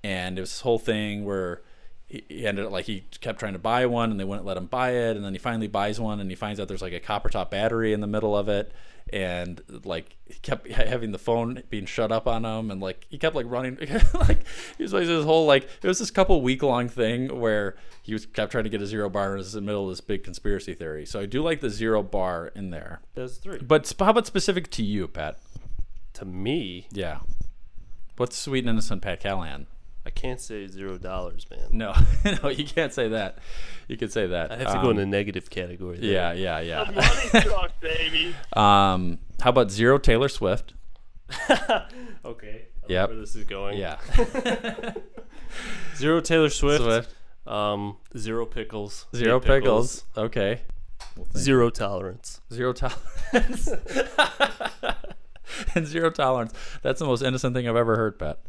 S6: and it was this whole thing where he he ended up like he kept trying to buy one and they wouldn't let him buy it and then he finally buys one and he finds out there's like a copper top battery in the middle of it and like he kept ha- having the phone being shut up on him and like he kept like running (laughs) like he was like this whole like it was this couple week long thing where he was kept trying to get a zero bar and it was in the middle of this big conspiracy theory so i do like the zero bar in there
S9: There's three.
S6: but sp- how about specific to you pat
S9: To me,
S6: yeah what's sweet and innocent pat callahan (laughs)
S9: I can't say zero dollars, man.
S6: no no you can't say that you could say that
S9: I have to go in the negative category. There.
S6: Um,
S9: (laughs)
S6: yeah (laughs) yeah yeah
S12: Money truck, baby.
S6: Um, how about zero Taylor Swift?
S9: Okay. I like
S6: Yep.
S9: Where this is going. (laughs)
S6: Yeah, (laughs)
S9: Zero Taylor Swift.
S6: Swift.
S9: Um, zero pickles.
S6: Zero
S9: Hate
S6: pickles. Okay.
S9: Zero tolerance.
S6: Zero tolerance. (laughs) and zero tolerance. That's the most innocent thing I've ever heard, Pat.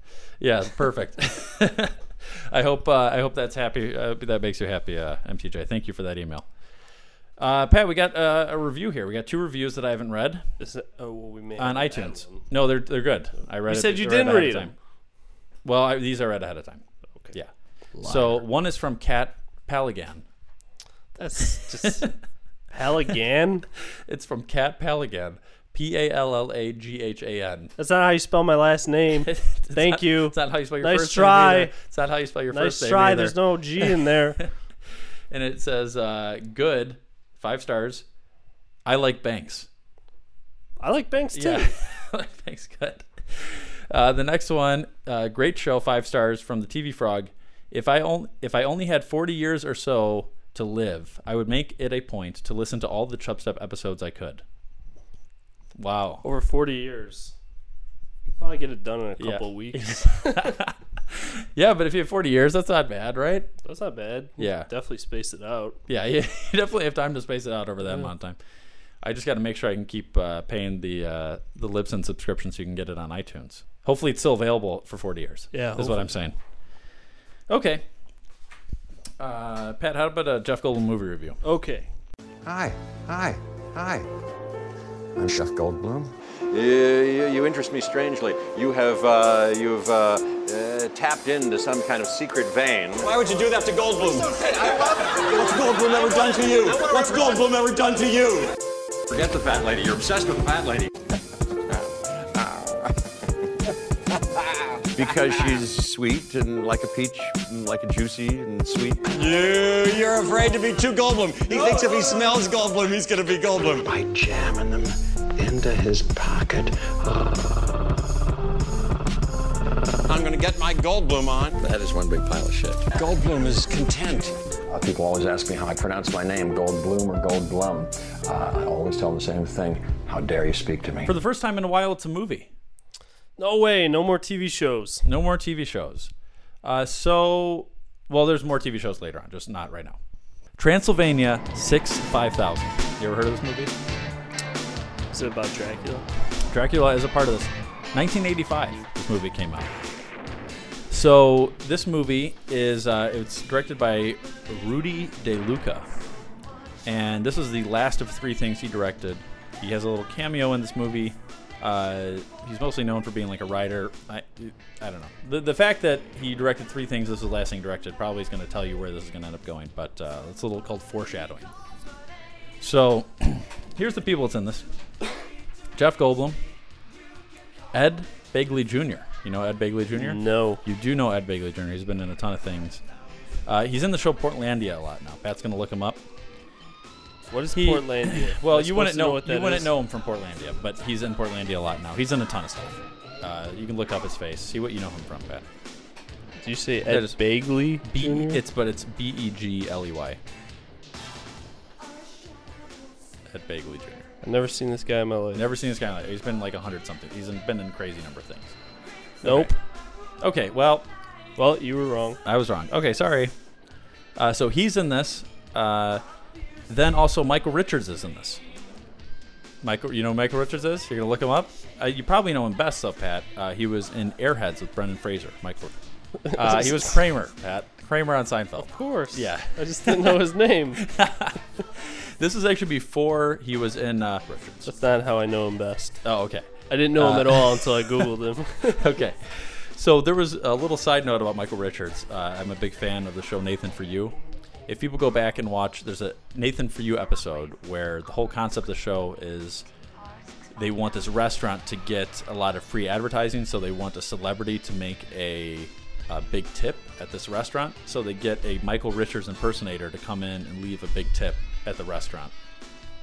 S6: Yeah, perfect. (laughs) I hope uh, I hope that's happy. Uh, that makes you happy, uh, MTJ. Thank you for that email. Uh, Pat, we got uh, a review here. We got two reviews that I haven't read
S9: Is that, oh, well, we may
S6: on
S9: have to add
S6: iTunes.
S9: one.
S6: No, they're they're good. I read.
S9: You said you
S6: I
S9: didn't
S6: ahead of
S9: read 'em.
S6: time. Well, I, these I read ahead of time.
S9: Okay.
S6: Yeah. So one is from Kat Paligan.
S9: That's just
S6: (laughs)
S9: Halligan.
S6: It's from Kat Palagan. P A L L A G H A N.
S9: That's not how you spell my last name. Thank
S6: not, (laughs)
S9: you.
S6: It's not how you spell your
S9: Nice
S6: first
S9: try.
S6: name. either. It's not how you spell your
S9: nice
S6: first name.
S9: try.
S6: either.
S9: There's no G
S6: (laughs)
S9: in there.
S6: And it says, uh, good, five stars. I like banks.
S9: I like Banks too.
S6: Yeah. (laughs) I like banks, good. Uh, the next one, uh, great show, five stars from the TV Frog. If I, only if I only had 40 years or so to live, I would make it a point to listen to all the Chubstep episodes I could. Wow.
S9: Over 40 years. You probably get it done in a
S6: Yeah. (laughs)
S9: couple weeks.
S6: Yeah, but if you have 40 years, that's not bad, right?
S9: That's not bad.
S6: Yeah.
S9: Definitely space it out.
S6: Yeah, (laughs) you, you definitely have time to space it out over that amount of time. I just got to make sure I can keep uh, paying the uh, the Libsyn subscription so you can get it on iTunes. Hopefully, it's still available for 40 years.
S9: Yeah,
S6: is what I'm saying. Okay. Uh, Pat, how about a Jeff Goldblum movie review?
S9: Okay.
S13: Hi, hi, hi. I'm Jeff Goldblum.
S5: You, you interest me strangely. You have uh, you've uh, uh, tapped into some kind of secret vein.
S12: Why would you do that to Goldblum? What's Goldblum ever done to you? What's Goldblum ever done to you?
S5: Forget the fat lady. You're obsessed with the fat lady. (laughs) because she's sweet and like a peach, and like a juicy and sweet.
S12: You, you're afraid to be too Goldblum. He thinks if he smells Goldblum, he's gonna be Goldblum.
S13: By jamming them into his pocket.
S12: I'm gonna get my Goldblum on.
S5: That is one big pile of shit.
S12: Goldblum is content.
S5: Uh, people always ask me how I pronounce my name, Goldblum or Goldblum. Uh, I always tell them the same thing. How dare you speak to me?
S6: For the first time in a while, it's a movie.
S9: No way. No more TV shows.
S6: No more TV shows. Uh, so, well, there's more TV shows later on, just not right now. Transylvania 6 5000. You ever heard of this movie?
S9: Is it about Dracula?
S6: Dracula is a part of this. 1985, this movie came out. So this movie is uh, it's directed by Rudy De Luca, and this is the last of three things he directed. He has a little cameo in this movie. Uh, he's mostly known for being like a writer. I, I don't know. The, the fact that he directed three things, this is the last thing he directed, probably is going to tell you where this is going to end up going. But uh, it's a little called foreshadowing. So (clears throat) here's the people that's in this. Jeff Goldblum, Ed Begley Jr. You know Ed Begley Jr.
S9: No.
S6: You do know Ed Begley Jr. He's been in a ton of things. Uh, he's in the show Portlandia a lot now. Pat's gonna look him up.
S9: What is
S6: He-
S9: Portlandia?
S6: (clears throat) Well,
S9: Am I
S6: you wouldn't
S9: supposed to
S6: know,
S9: what
S6: you
S9: that
S6: wouldn't
S9: is?
S6: know him from Portlandia, but he's in Portlandia a lot now. He's in a ton of stuff. Uh, you can look up his face, see what you know him from, Pat. Did you say
S9: Ed
S6: Begley? B. E, It's but it's B E G L E Y. Ed Begley Jr.
S9: I've never seen this guy in my life.
S6: Never seen this guy. Like, he's been like a hundred something. He's in- been in crazy number of things.
S9: Nope.
S6: Okay. okay well,
S9: well, you were wrong.
S6: I was wrong. Okay, sorry. Uh, so he's in this. Uh, then also Michael Richards is in this. Michael, you know who Michael Richards is. You're gonna look him up. Uh, you probably know him best, though, Pat. Uh, he was in Airheads with Brendan Fraser. Michael. Uh, he was Kramer, Pat. Kramer on Seinfeld.
S9: Of course.
S6: Yeah.
S9: I just didn't know his name.
S6: This is actually before he was in uh, Richards.
S9: (laughs) That's not how I know him best.
S6: Oh, okay.
S9: I didn't know him
S6: Uh,
S9: at all until I googled him.
S6: (laughs) okay. So there was a little side note about Michael Richards. Uh, I'm a big fan of the show Nathan for You. If people go back and watch, there's a Nathan for You episode where the whole concept of the show is they want this restaurant to get a lot of free advertising, so they want a celebrity to make a, a big tip at this restaurant. So they get a Michael Richards impersonator to come in and leave a big tip at the restaurant.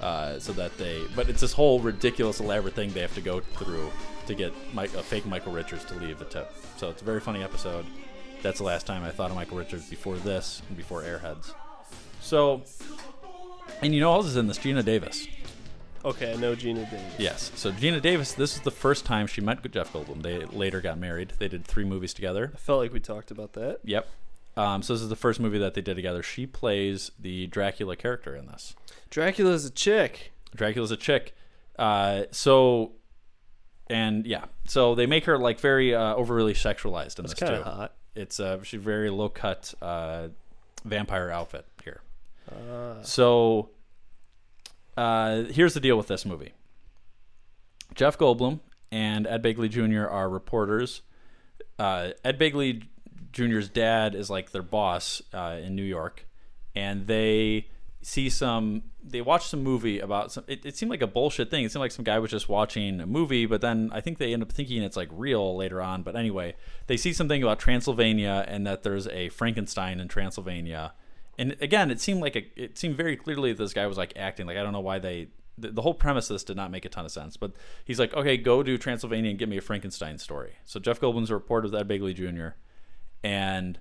S6: Uh, so that they, but it's this whole ridiculous, elaborate thing they have to go through to get Mike, a fake Michael Richards to leave a tip. So it's a very funny episode. That's the last time I thought of Michael Richards before this and before Airheads. So, and you know, who else is in this Gina Davis.
S9: (laughs) okay, I know Gina Davis.
S6: Yes. So Gina Davis, this is the first time she met Jeff Goldblum. They later got married. They did three movies together.
S9: I felt like we talked about that.
S6: Yep. Um, so this is the first movie that they did together. She plays the Dracula character in this.
S9: Dracula's a chick.
S6: Dracula's a chick. Uh, so, and yeah, so they make her like very uh, overly sexualized in
S9: That's
S6: this
S9: kinda
S6: too.
S9: hot.
S6: It's uh, she's very low cut uh, vampire outfit here.
S9: Ah.
S6: So, uh, here's the deal with this movie. Jeff Goldblum and Ed Begley Jr. are reporters. Uh, Ed Begley Jr.'s dad is like their boss uh, in New York, and they see some. They watch some movie about some. It, it seemed like a bullshit thing. It seemed like some guy was just watching a movie, but then I think they end up thinking it's like real later on. But anyway, they see something about Transylvania and that there's a Frankenstein in Transylvania. And again, it seemed like a, it seemed very clearly that this guy was like acting. Like I don't know why they the, the whole premise of this did not make a ton of sense. But he's like, okay, go to Transylvania and get me a Frankenstein story. So Jeff Goldblum's a reporter with Ed Begley Jr. and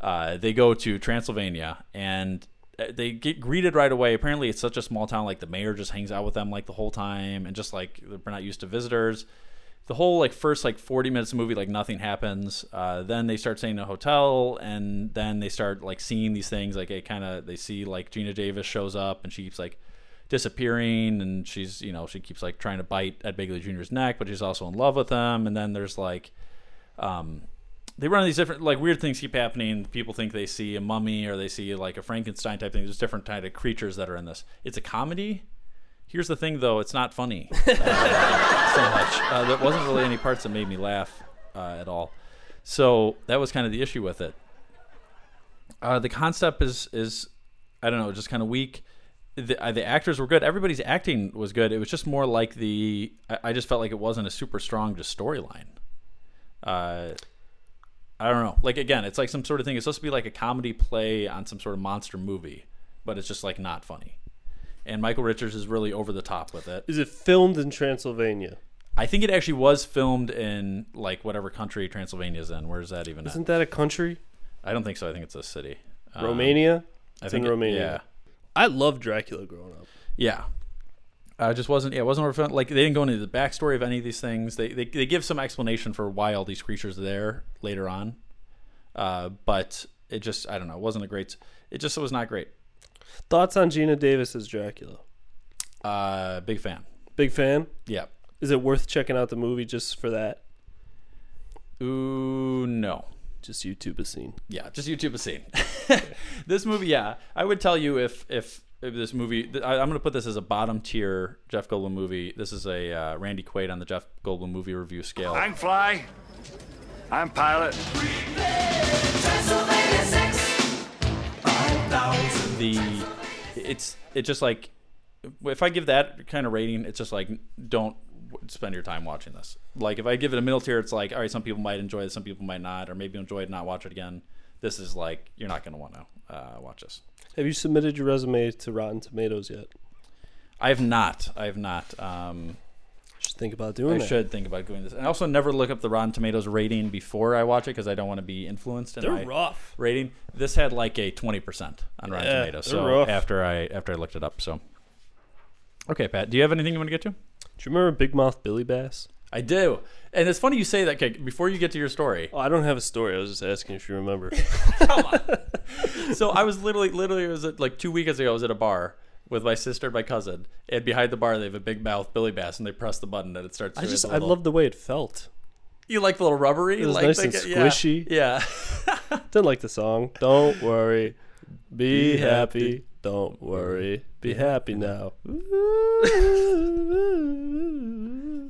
S6: uh, they go to Transylvania and uh, they get greeted right away. Apparently, it's such a small town. Like the mayor just hangs out with them like the whole time, and just like we're not used to visitors. The whole like first like forty minutes of the movie like nothing happens. Uh, then they start staying in a hotel, and then they start like seeing these things. Like it kind of they see like Gina Davis shows up, and she keeps like disappearing and she's you know she keeps like trying to bite at Begley Jr.'s neck but she's also in love with him and then there's like um they run these different like weird things keep happening people think they see a mummy or they see like a Frankenstein type thing there's different kind of creatures that are in this it's a comedy here's the thing though it's not funny uh, so much uh, there wasn't really any parts that made me laugh uh, at all so that was kind of the issue with it uh, the concept is is I don't know, just kind of weak. The, uh, the actors were good. Everybody's acting was good. It was just more like the. I, I just felt like it wasn't a super strong just storyline. Uh, I don't know. Like again, it's like some sort of thing. It's supposed to be like a comedy play on some sort of monster movie, but it's just like not funny. And Michael Richards is really over the top with it.
S9: Is it filmed in Transylvania?
S6: I think it actually was filmed in like whatever country Transylvania's in. Where's that even?
S9: Isn't
S6: At?
S9: that a country?
S6: I don't think so. I think it's a city. Um,
S9: Romania?
S6: I
S9: It's
S6: think
S9: in
S6: it-
S9: Romania.
S6: yeah.
S9: I loved Dracula growing up.
S6: Yeah. Uh, it just wasn't yeah, it wasn't overfun- like they didn't go into the backstory of any of these things. They they, they give some explanation for why all these creatures are there later on, uh, but it just I don't know. It wasn't a great. It just was not great.
S9: Thoughts on Gina Davis as Dracula?
S6: Uh, big fan.
S9: Big fan?
S6: Yeah.
S9: Is it worth checking out the movie just for that?
S6: Ooh no.
S9: Just YouTube a scene.
S6: Yeah, just YouTube a scene. (laughs) this movie, yeah, I would tell you if if, if this movie, th- I, I'm going to put this as a bottom tier Jeff Goldblum movie. This is a uh, Randy Quaid on the Jeff Goldblum movie review scale.
S14: I'm Fly. I'm Pilot.
S6: the it's it's just like if I give that kind of rating, it's just like don't w- spend your time watching this. Like if I give it a middle tier, it's like all right, some people might enjoy it, some people might not, or maybe enjoy it, and not watch it again. This is like you're not going to want to uh, watch this.
S9: Have you submitted your resume to Rotten Tomatoes yet?
S6: I have not. I have not. Um,
S9: Just think about doing
S6: I
S9: that.
S6: should think about doing this. And also never look up the Rotten Tomatoes rating before I watch it because I don't want to be influenced. in
S9: They're
S6: my
S9: rough.
S6: Rating. This had like a 20% on Rotten
S9: Yeah,
S6: Tomatoes.
S9: they're
S6: So
S9: rough.
S6: after I after I looked it up. So Okay, Pat, do you have anything you want to get to?
S9: Do you remember Big Mouth Billy Bass?
S6: I do. And it's funny you say that, Kate, before you get to your story.
S9: Oh, I don't have a story. I was just asking if you remember.
S6: (laughs) so I was literally, literally, it was uh, like two weekends ago. I was at a bar with my sister and my cousin, and behind the bar they have a big mouth Billy Bass, and they press the button and it starts.
S9: I
S6: doing
S9: just
S6: the
S9: (laughs) I
S6: little-
S9: love the way it felt.
S6: You like the little rubbery?
S9: It was
S6: like
S9: nice
S6: they
S9: and
S6: get- yeah.
S9: squishy. (laughs)
S6: Yeah.
S9: Didn't like the song. Don't worry, be,
S6: Be
S9: happy.
S6: happy.
S9: Don't worry, be happy now.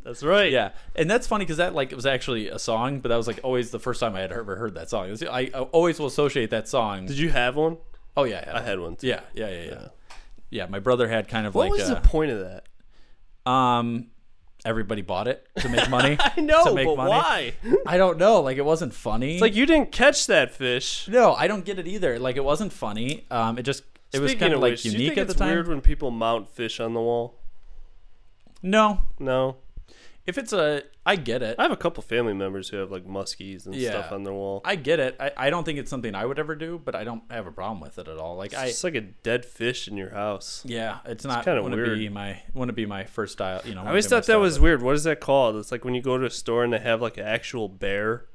S6: That's right. Yeah, and that's funny because that like it was actually a song, but that was like always the first time I had ever heard that song. It was- I, I always will associate that song.
S9: Did you have one?
S6: Oh yeah, I had,
S9: one, too.
S6: Yeah, yeah, yeah, yeah, yeah. my brother had kind of
S9: What
S6: like
S9: was
S6: uh,
S9: the point of that?
S6: Um, everybody bought it to make money.
S9: (laughs) (laughs) I know,
S6: to make
S9: but
S6: money.
S9: why?
S6: I don't know. Like it wasn't funny.
S9: It's (laughs) like you didn't catch that fish.
S6: No, I don't get it either. Like it wasn't funny. Um, it just it was
S9: Speaking
S6: kind of like
S9: which, do you
S6: unique
S9: think
S6: at the
S9: it's
S6: time.
S9: Weird when people mount fish on the wall.
S6: No,
S9: no.
S6: If it's a, I get it.
S9: I have a couple family members who have like muskies and stuff on their wall.
S6: I get it. I, I don't think it's something I would ever do, but I don't have a problem with it at all. Like
S9: It's
S6: I,
S9: just like a dead fish in your house.
S6: yeah, it's not
S9: kinda
S6: wouldn't
S9: weird.
S6: Be my wouldn't be my first style. You know,
S9: I always
S6: wouldn't
S9: thought
S6: be my
S9: that
S6: style,
S9: was weird. What is that called? It's like when you go to a store and they have like an actual bear.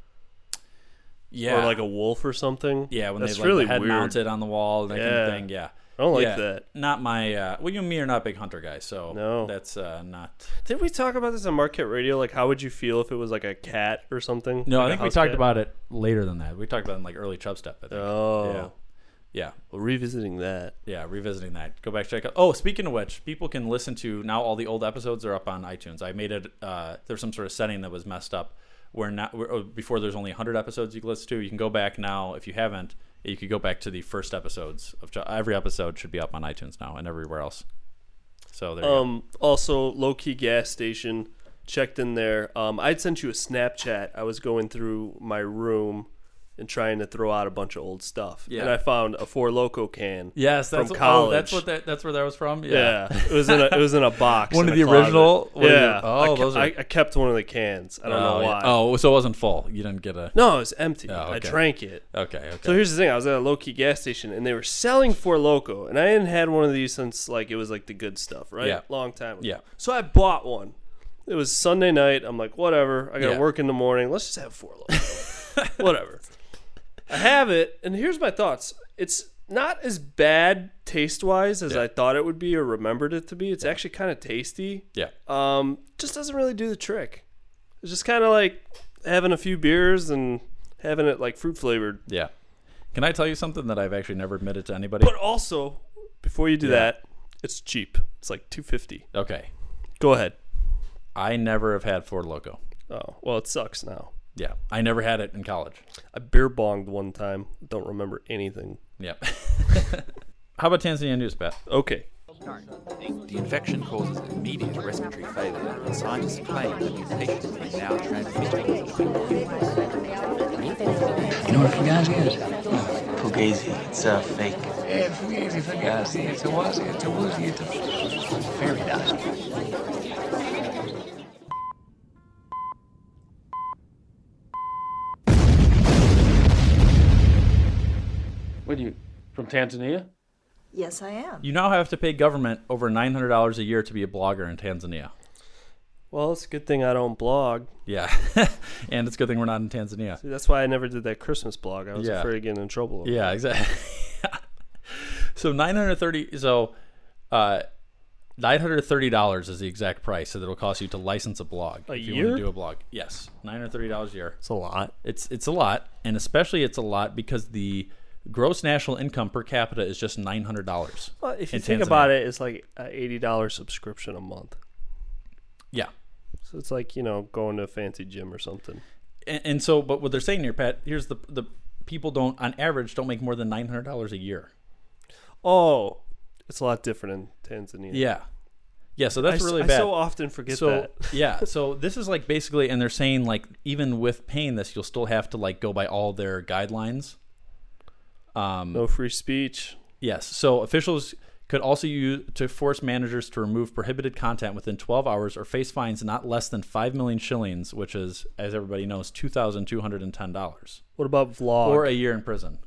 S6: Yeah.
S9: Or like a wolf or something.
S6: Yeah, when
S9: That's
S6: they like,
S9: really
S6: the head
S9: weird.
S6: mounted on the wall, that kind
S9: Yeah.
S6: of thing. Yeah,
S9: I don't like
S6: Yeah,
S9: that.
S6: Not my. Uh, well, you and me are not big hunter guys, so
S9: No.
S6: that's uh, not.
S9: Did we talk about this on Marquette Radio? Like, how would you feel if it was like a cat or something?
S6: No,
S9: Like a
S6: I think we
S9: house
S6: talked
S9: cat?
S6: about it later than that. We talked about it in like early Chubb Step. I think.
S9: Oh.
S6: Yeah. Yeah.
S9: Well, revisiting that.
S6: Yeah, revisiting that. Go back check out. Oh, speaking of which, people can listen to now. All the old episodes are up on iTunes. I made it. Uh, there's some sort of setting that was messed up. Where not where, oh, before there's only 100 episodes you can listen to. You can go back now if you haven't. You could go back to the first episodes of Chubb. Every episode should be up on iTunes now and everywhere else. So there. you
S9: Um, also, low key gas station checked in there. Um, I'd sent you a Snapchat. I was going through my room and trying to throw out a bunch of old stuff.
S6: Yeah.
S9: And I found a Four Loco can.
S6: Yes, that's
S9: from
S6: what- oh,
S9: college.
S6: that's what that- that's where that was from?
S9: Yeah.
S6: Yeah.
S9: (laughs) it was in a it was in a box.
S6: One
S9: in
S6: of
S9: a
S6: the original?
S9: closet.
S6: One of the-
S9: Yeah.
S6: oh,
S9: I, ke-
S6: those are-
S9: I, I kept one of the cans. I don't
S6: Oh,
S9: know
S6: yeah.
S9: why.
S6: Oh, so it wasn't full. You didn't get a.
S9: No, it was empty.
S6: Oh,
S9: I
S6: okay.
S9: drank it.
S6: Okay, okay.
S9: So here's the thing: I was at a low key gas station, and they were selling Four Loco, and I hadn't had one of these since like it was like the good stuff, right?
S6: Yeah.
S9: Long time. ago.
S6: Yeah.
S9: So I bought one. It was Sunday night. I'm like, whatever. I got to
S6: Yeah.
S9: work in the morning. Let's just have Four
S6: (laughs)
S9: Loco. whatever. I have it, and here's my thoughts. It's not as bad taste wise as I thought it would be or remembered it to be. It's actually kind of tasty.
S6: Yeah.
S9: Um, just doesn't really do the trick. It's just kind of like having a few beers and having it like fruit flavored.
S6: Yeah. Can I tell you something that I've actually never admitted to anybody?
S9: But also, before you do
S6: Yeah.
S9: that, it's cheap. It's like two fifty.
S6: Okay.
S9: Go ahead.
S6: I never have had Ford Loco.
S9: Oh well, it sucks now.
S6: Yeah, I never had it in college.
S9: I beer bonged one time. Don't remember anything.
S6: Yep. (laughs) How about Tanzania news, Pat?
S9: Okay.
S15: The infection causes immediate respiratory failure, and scientists claim that these patients may now transmit
S16: You know what Fugazi is? Fugazi. It's a fake. Yeah, Fugazi, Fugazi. It's a wazi, it's a woozy, it's a fairy dust.
S17: What are you from Tanzania?
S18: Yes, I am.
S6: You now have to pay government over nine hundred dollars a year to be a blogger in Tanzania.
S9: Well, it's a good thing I don't blog.
S6: Yeah, (laughs) and it's a good thing we're not in Tanzania.
S9: See, that's why I never did that Christmas blog. I was
S6: Yeah.
S9: afraid of getting in trouble. over
S6: Yeah,
S9: it.
S6: exactly. (laughs) so nine hundred thirty. So, uh, nine hundred thirty dollars is the exact price that it'll cost you to license a blog
S9: A
S6: if you
S9: year?
S6: want to do a blog. Yes, nine hundred thirty dollars a year. It's
S9: a lot.
S6: It's it's a lot, and especially it's a lot because the gross national income per capita is just nine hundred dollars.
S9: Well, if you think about it, it's like an eighty dollar subscription a month.
S6: Yeah.
S9: So it's like you know going to a fancy gym or something.
S6: and, and so, but what they're saying here, Pat, here's the the people don't on average don't make more than nine hundred dollars a year.
S9: Oh, it's a lot different in Tanzania.
S6: Yeah. Yeah, so that's
S9: I s-
S6: really
S9: I
S6: bad.
S9: so often forget
S6: So,
S9: that.
S6: (laughs) yeah, so this is like basically, and they're saying like even with paying this, you'll still have to like go by all their guidelines. Um,
S9: no free speech.
S6: Yes, so officials could also use to force managers to remove prohibited content within 12 hours or face fines not less than 5 million shillings, which is, as everybody knows, $2,210.
S9: What about vlog?
S6: Or a year in prison.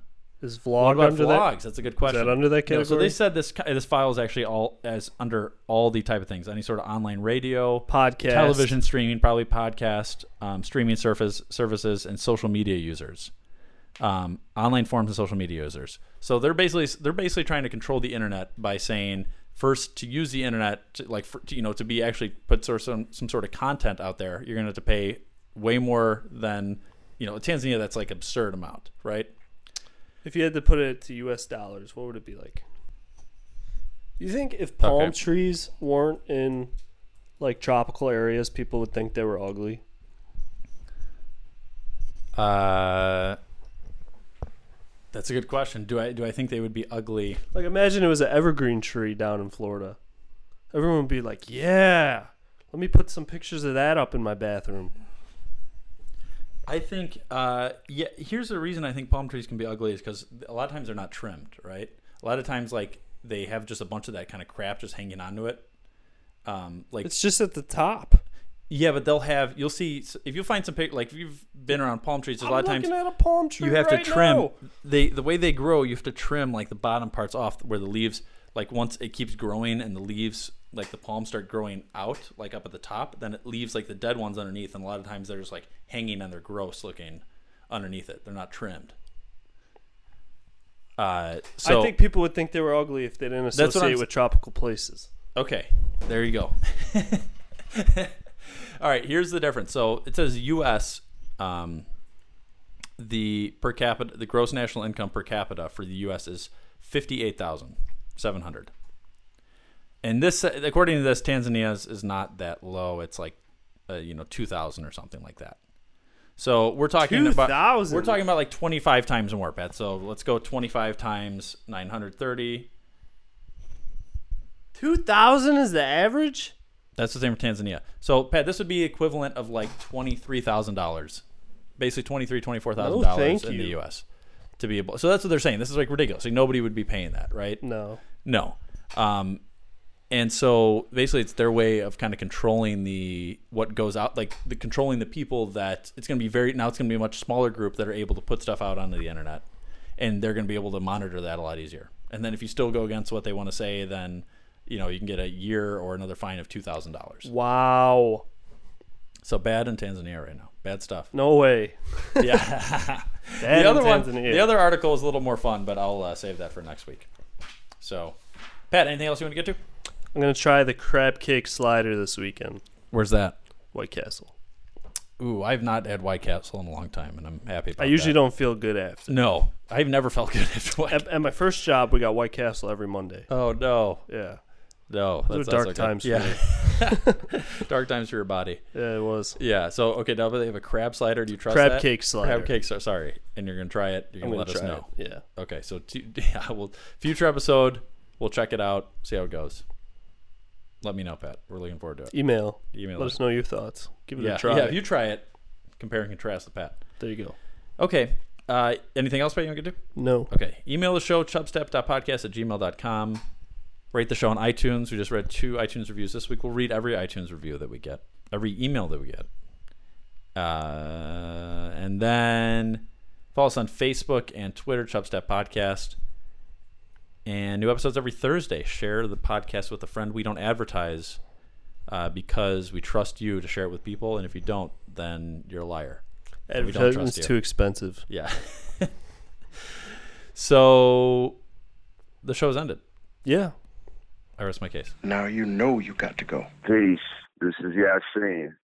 S9: Is
S6: What
S9: vlog
S6: about
S9: under
S6: vlogs?
S9: that?
S6: That's a good question.
S9: Is that under that
S6: No,
S9: category?
S6: so they said this this file is actually all as under all the type of things, any sort of online radio,
S9: Podcast.
S6: television streaming, probably podcast, um, streaming surface services, and social media users, um, online forums and social media users. So they're basically they're basically trying to control the internet by saying first to use the internet to, like for, to, you know to be actually put sort of some some sort of content out there, you're going to have to pay way more than you know Tanzania. That's like absurd amount, right?
S9: If you had to put it to U.S. dollars, what would it be like? You think if palm
S6: Okay.
S9: trees weren't in like tropical areas, people would think they were ugly?
S6: Uh, that's a good question. Do I do I think they would be ugly?
S9: Like, imagine it was an evergreen tree down in Florida. Everyone would be like, "Yeah, let me put some pictures of that up in my bathroom."
S6: I think uh, yeah. Here's the reason I think palm trees can be ugly is because a lot of times they're not trimmed, right? A lot of times, like they have just a bunch of that kind of crap just hanging onto it. Um, like
S9: It's just at the top.
S6: yeah, but they'll have you'll see if you find some pic like if you've been around palm trees. There's
S9: I'm
S6: a lot of times
S9: looking at a palm tree
S6: You have
S9: right
S6: to trim
S9: now.
S6: they the way they grow. You have to trim like the bottom parts off where the leaves like once it keeps growing and the leaves like the palms start growing out like up at the top. Then it leaves like the dead ones underneath, and a lot of times they're just like hanging and they're gross looking underneath it. They're not trimmed. Uh, so
S9: I think people would think they were ugly if they didn't
S6: That's what I'm
S9: associate
S6: s-
S9: with tropical places.
S6: Okay, there you go. (laughs) All right, here's the difference. So it says U.S. Um, the per capita, the gross national income per capita for the U.S. is fifty-eight thousand seven hundred. And this, according to this, Tanzania's is not that low. It's like, uh, you know, two thousand or something like that. So we're talking about
S9: 2,000?
S6: we're talking about like twenty-five times more, Pat. So let's go twenty-five times nine hundred thirty.
S9: Two thousand is the average.
S6: That's the same for Tanzania. So, Pat, this would be equivalent of like twenty three thousand dollars, basically twenty three, twenty four thousand
S9: No,
S6: dollars
S9: thank
S6: in the
S9: you.
S6: U.S. to be able. So that's what they're saying. This is like ridiculous. Like nobody would be paying that, right?
S9: No.
S6: No. Um, and so basically, it's their way of kind of controlling the what goes out, like the controlling the people that it's going to be very now. It's going to be a much smaller group that are able to put stuff out onto the internet, and they're going to be able to monitor that a lot easier. And then if you still go against what they want to say, then you know you can get a year or another fine of two thousand dollars.
S9: Wow.
S6: So bad in Tanzania right now. Bad stuff. (laughs)
S9: No way.
S6: Yeah.
S9: Bad in
S6: the other one,
S9: Tanzania.
S6: the other article is a little more fun, but I'll uh, save that for next week. So, Pat, anything else you want to get to?
S9: I'm gonna try the crab cake slider this weekend.
S6: Where's that?
S9: White Castle.
S6: Ooh, I've not had White Castle in a long time, and I'm happy.
S9: I
S6: About
S9: usually
S6: that.
S9: don't feel good after.
S6: No, I've never (laughs) felt good after White.
S9: At, at my first job, we got White Castle every Monday.
S6: Oh no.
S9: Yeah.
S6: No,
S9: Those
S6: that
S9: were dark
S6: sounds
S9: times for
S6: (laughs) Yeah. (laughs) dark times for your body.
S9: Yeah, it was.
S6: Yeah. So okay, now they have a crab slider. Do you trust
S9: Crab
S6: that?
S9: cake slider.
S6: Crab cake. so- Sorry, and you're gonna try it. You're
S9: I'm
S6: gonna, let
S9: gonna
S6: us
S9: try
S6: know.
S9: it, yeah.
S6: Okay. So t- (laughs) yeah, we'll future episode. We'll check it out. See how it goes. Let me know, Pat. We're looking forward to it.
S9: Email.
S6: Email.
S9: Let us know your thoughts. Give it
S6: yeah,
S9: a try.
S6: Yeah. If you try it, compare and contrast the Pat.
S9: There you go.
S6: Okay. Uh, anything else, Pat? You want to do?
S9: No.
S6: Okay. Email the show, chubstep.podcast at gmail.com. Rate the show on iTunes. We just read two iTunes reviews this week. We'll read every iTunes review that we get, every email that we get. Uh, and then follow us on Facebook and Twitter, Chubstep Podcast. And new episodes every Thursday. Share the podcast with a friend. We don't advertise uh, because we trust you to share it with people. And if you don't, then you're a liar. And we don't trust
S9: Advertising's
S6: you.
S9: too expensive.
S6: Yeah. (laughs) so the show's ended.
S9: Yeah.
S6: I rest my case.
S18: Now you know you got to go.
S19: Peace. This is Yasin.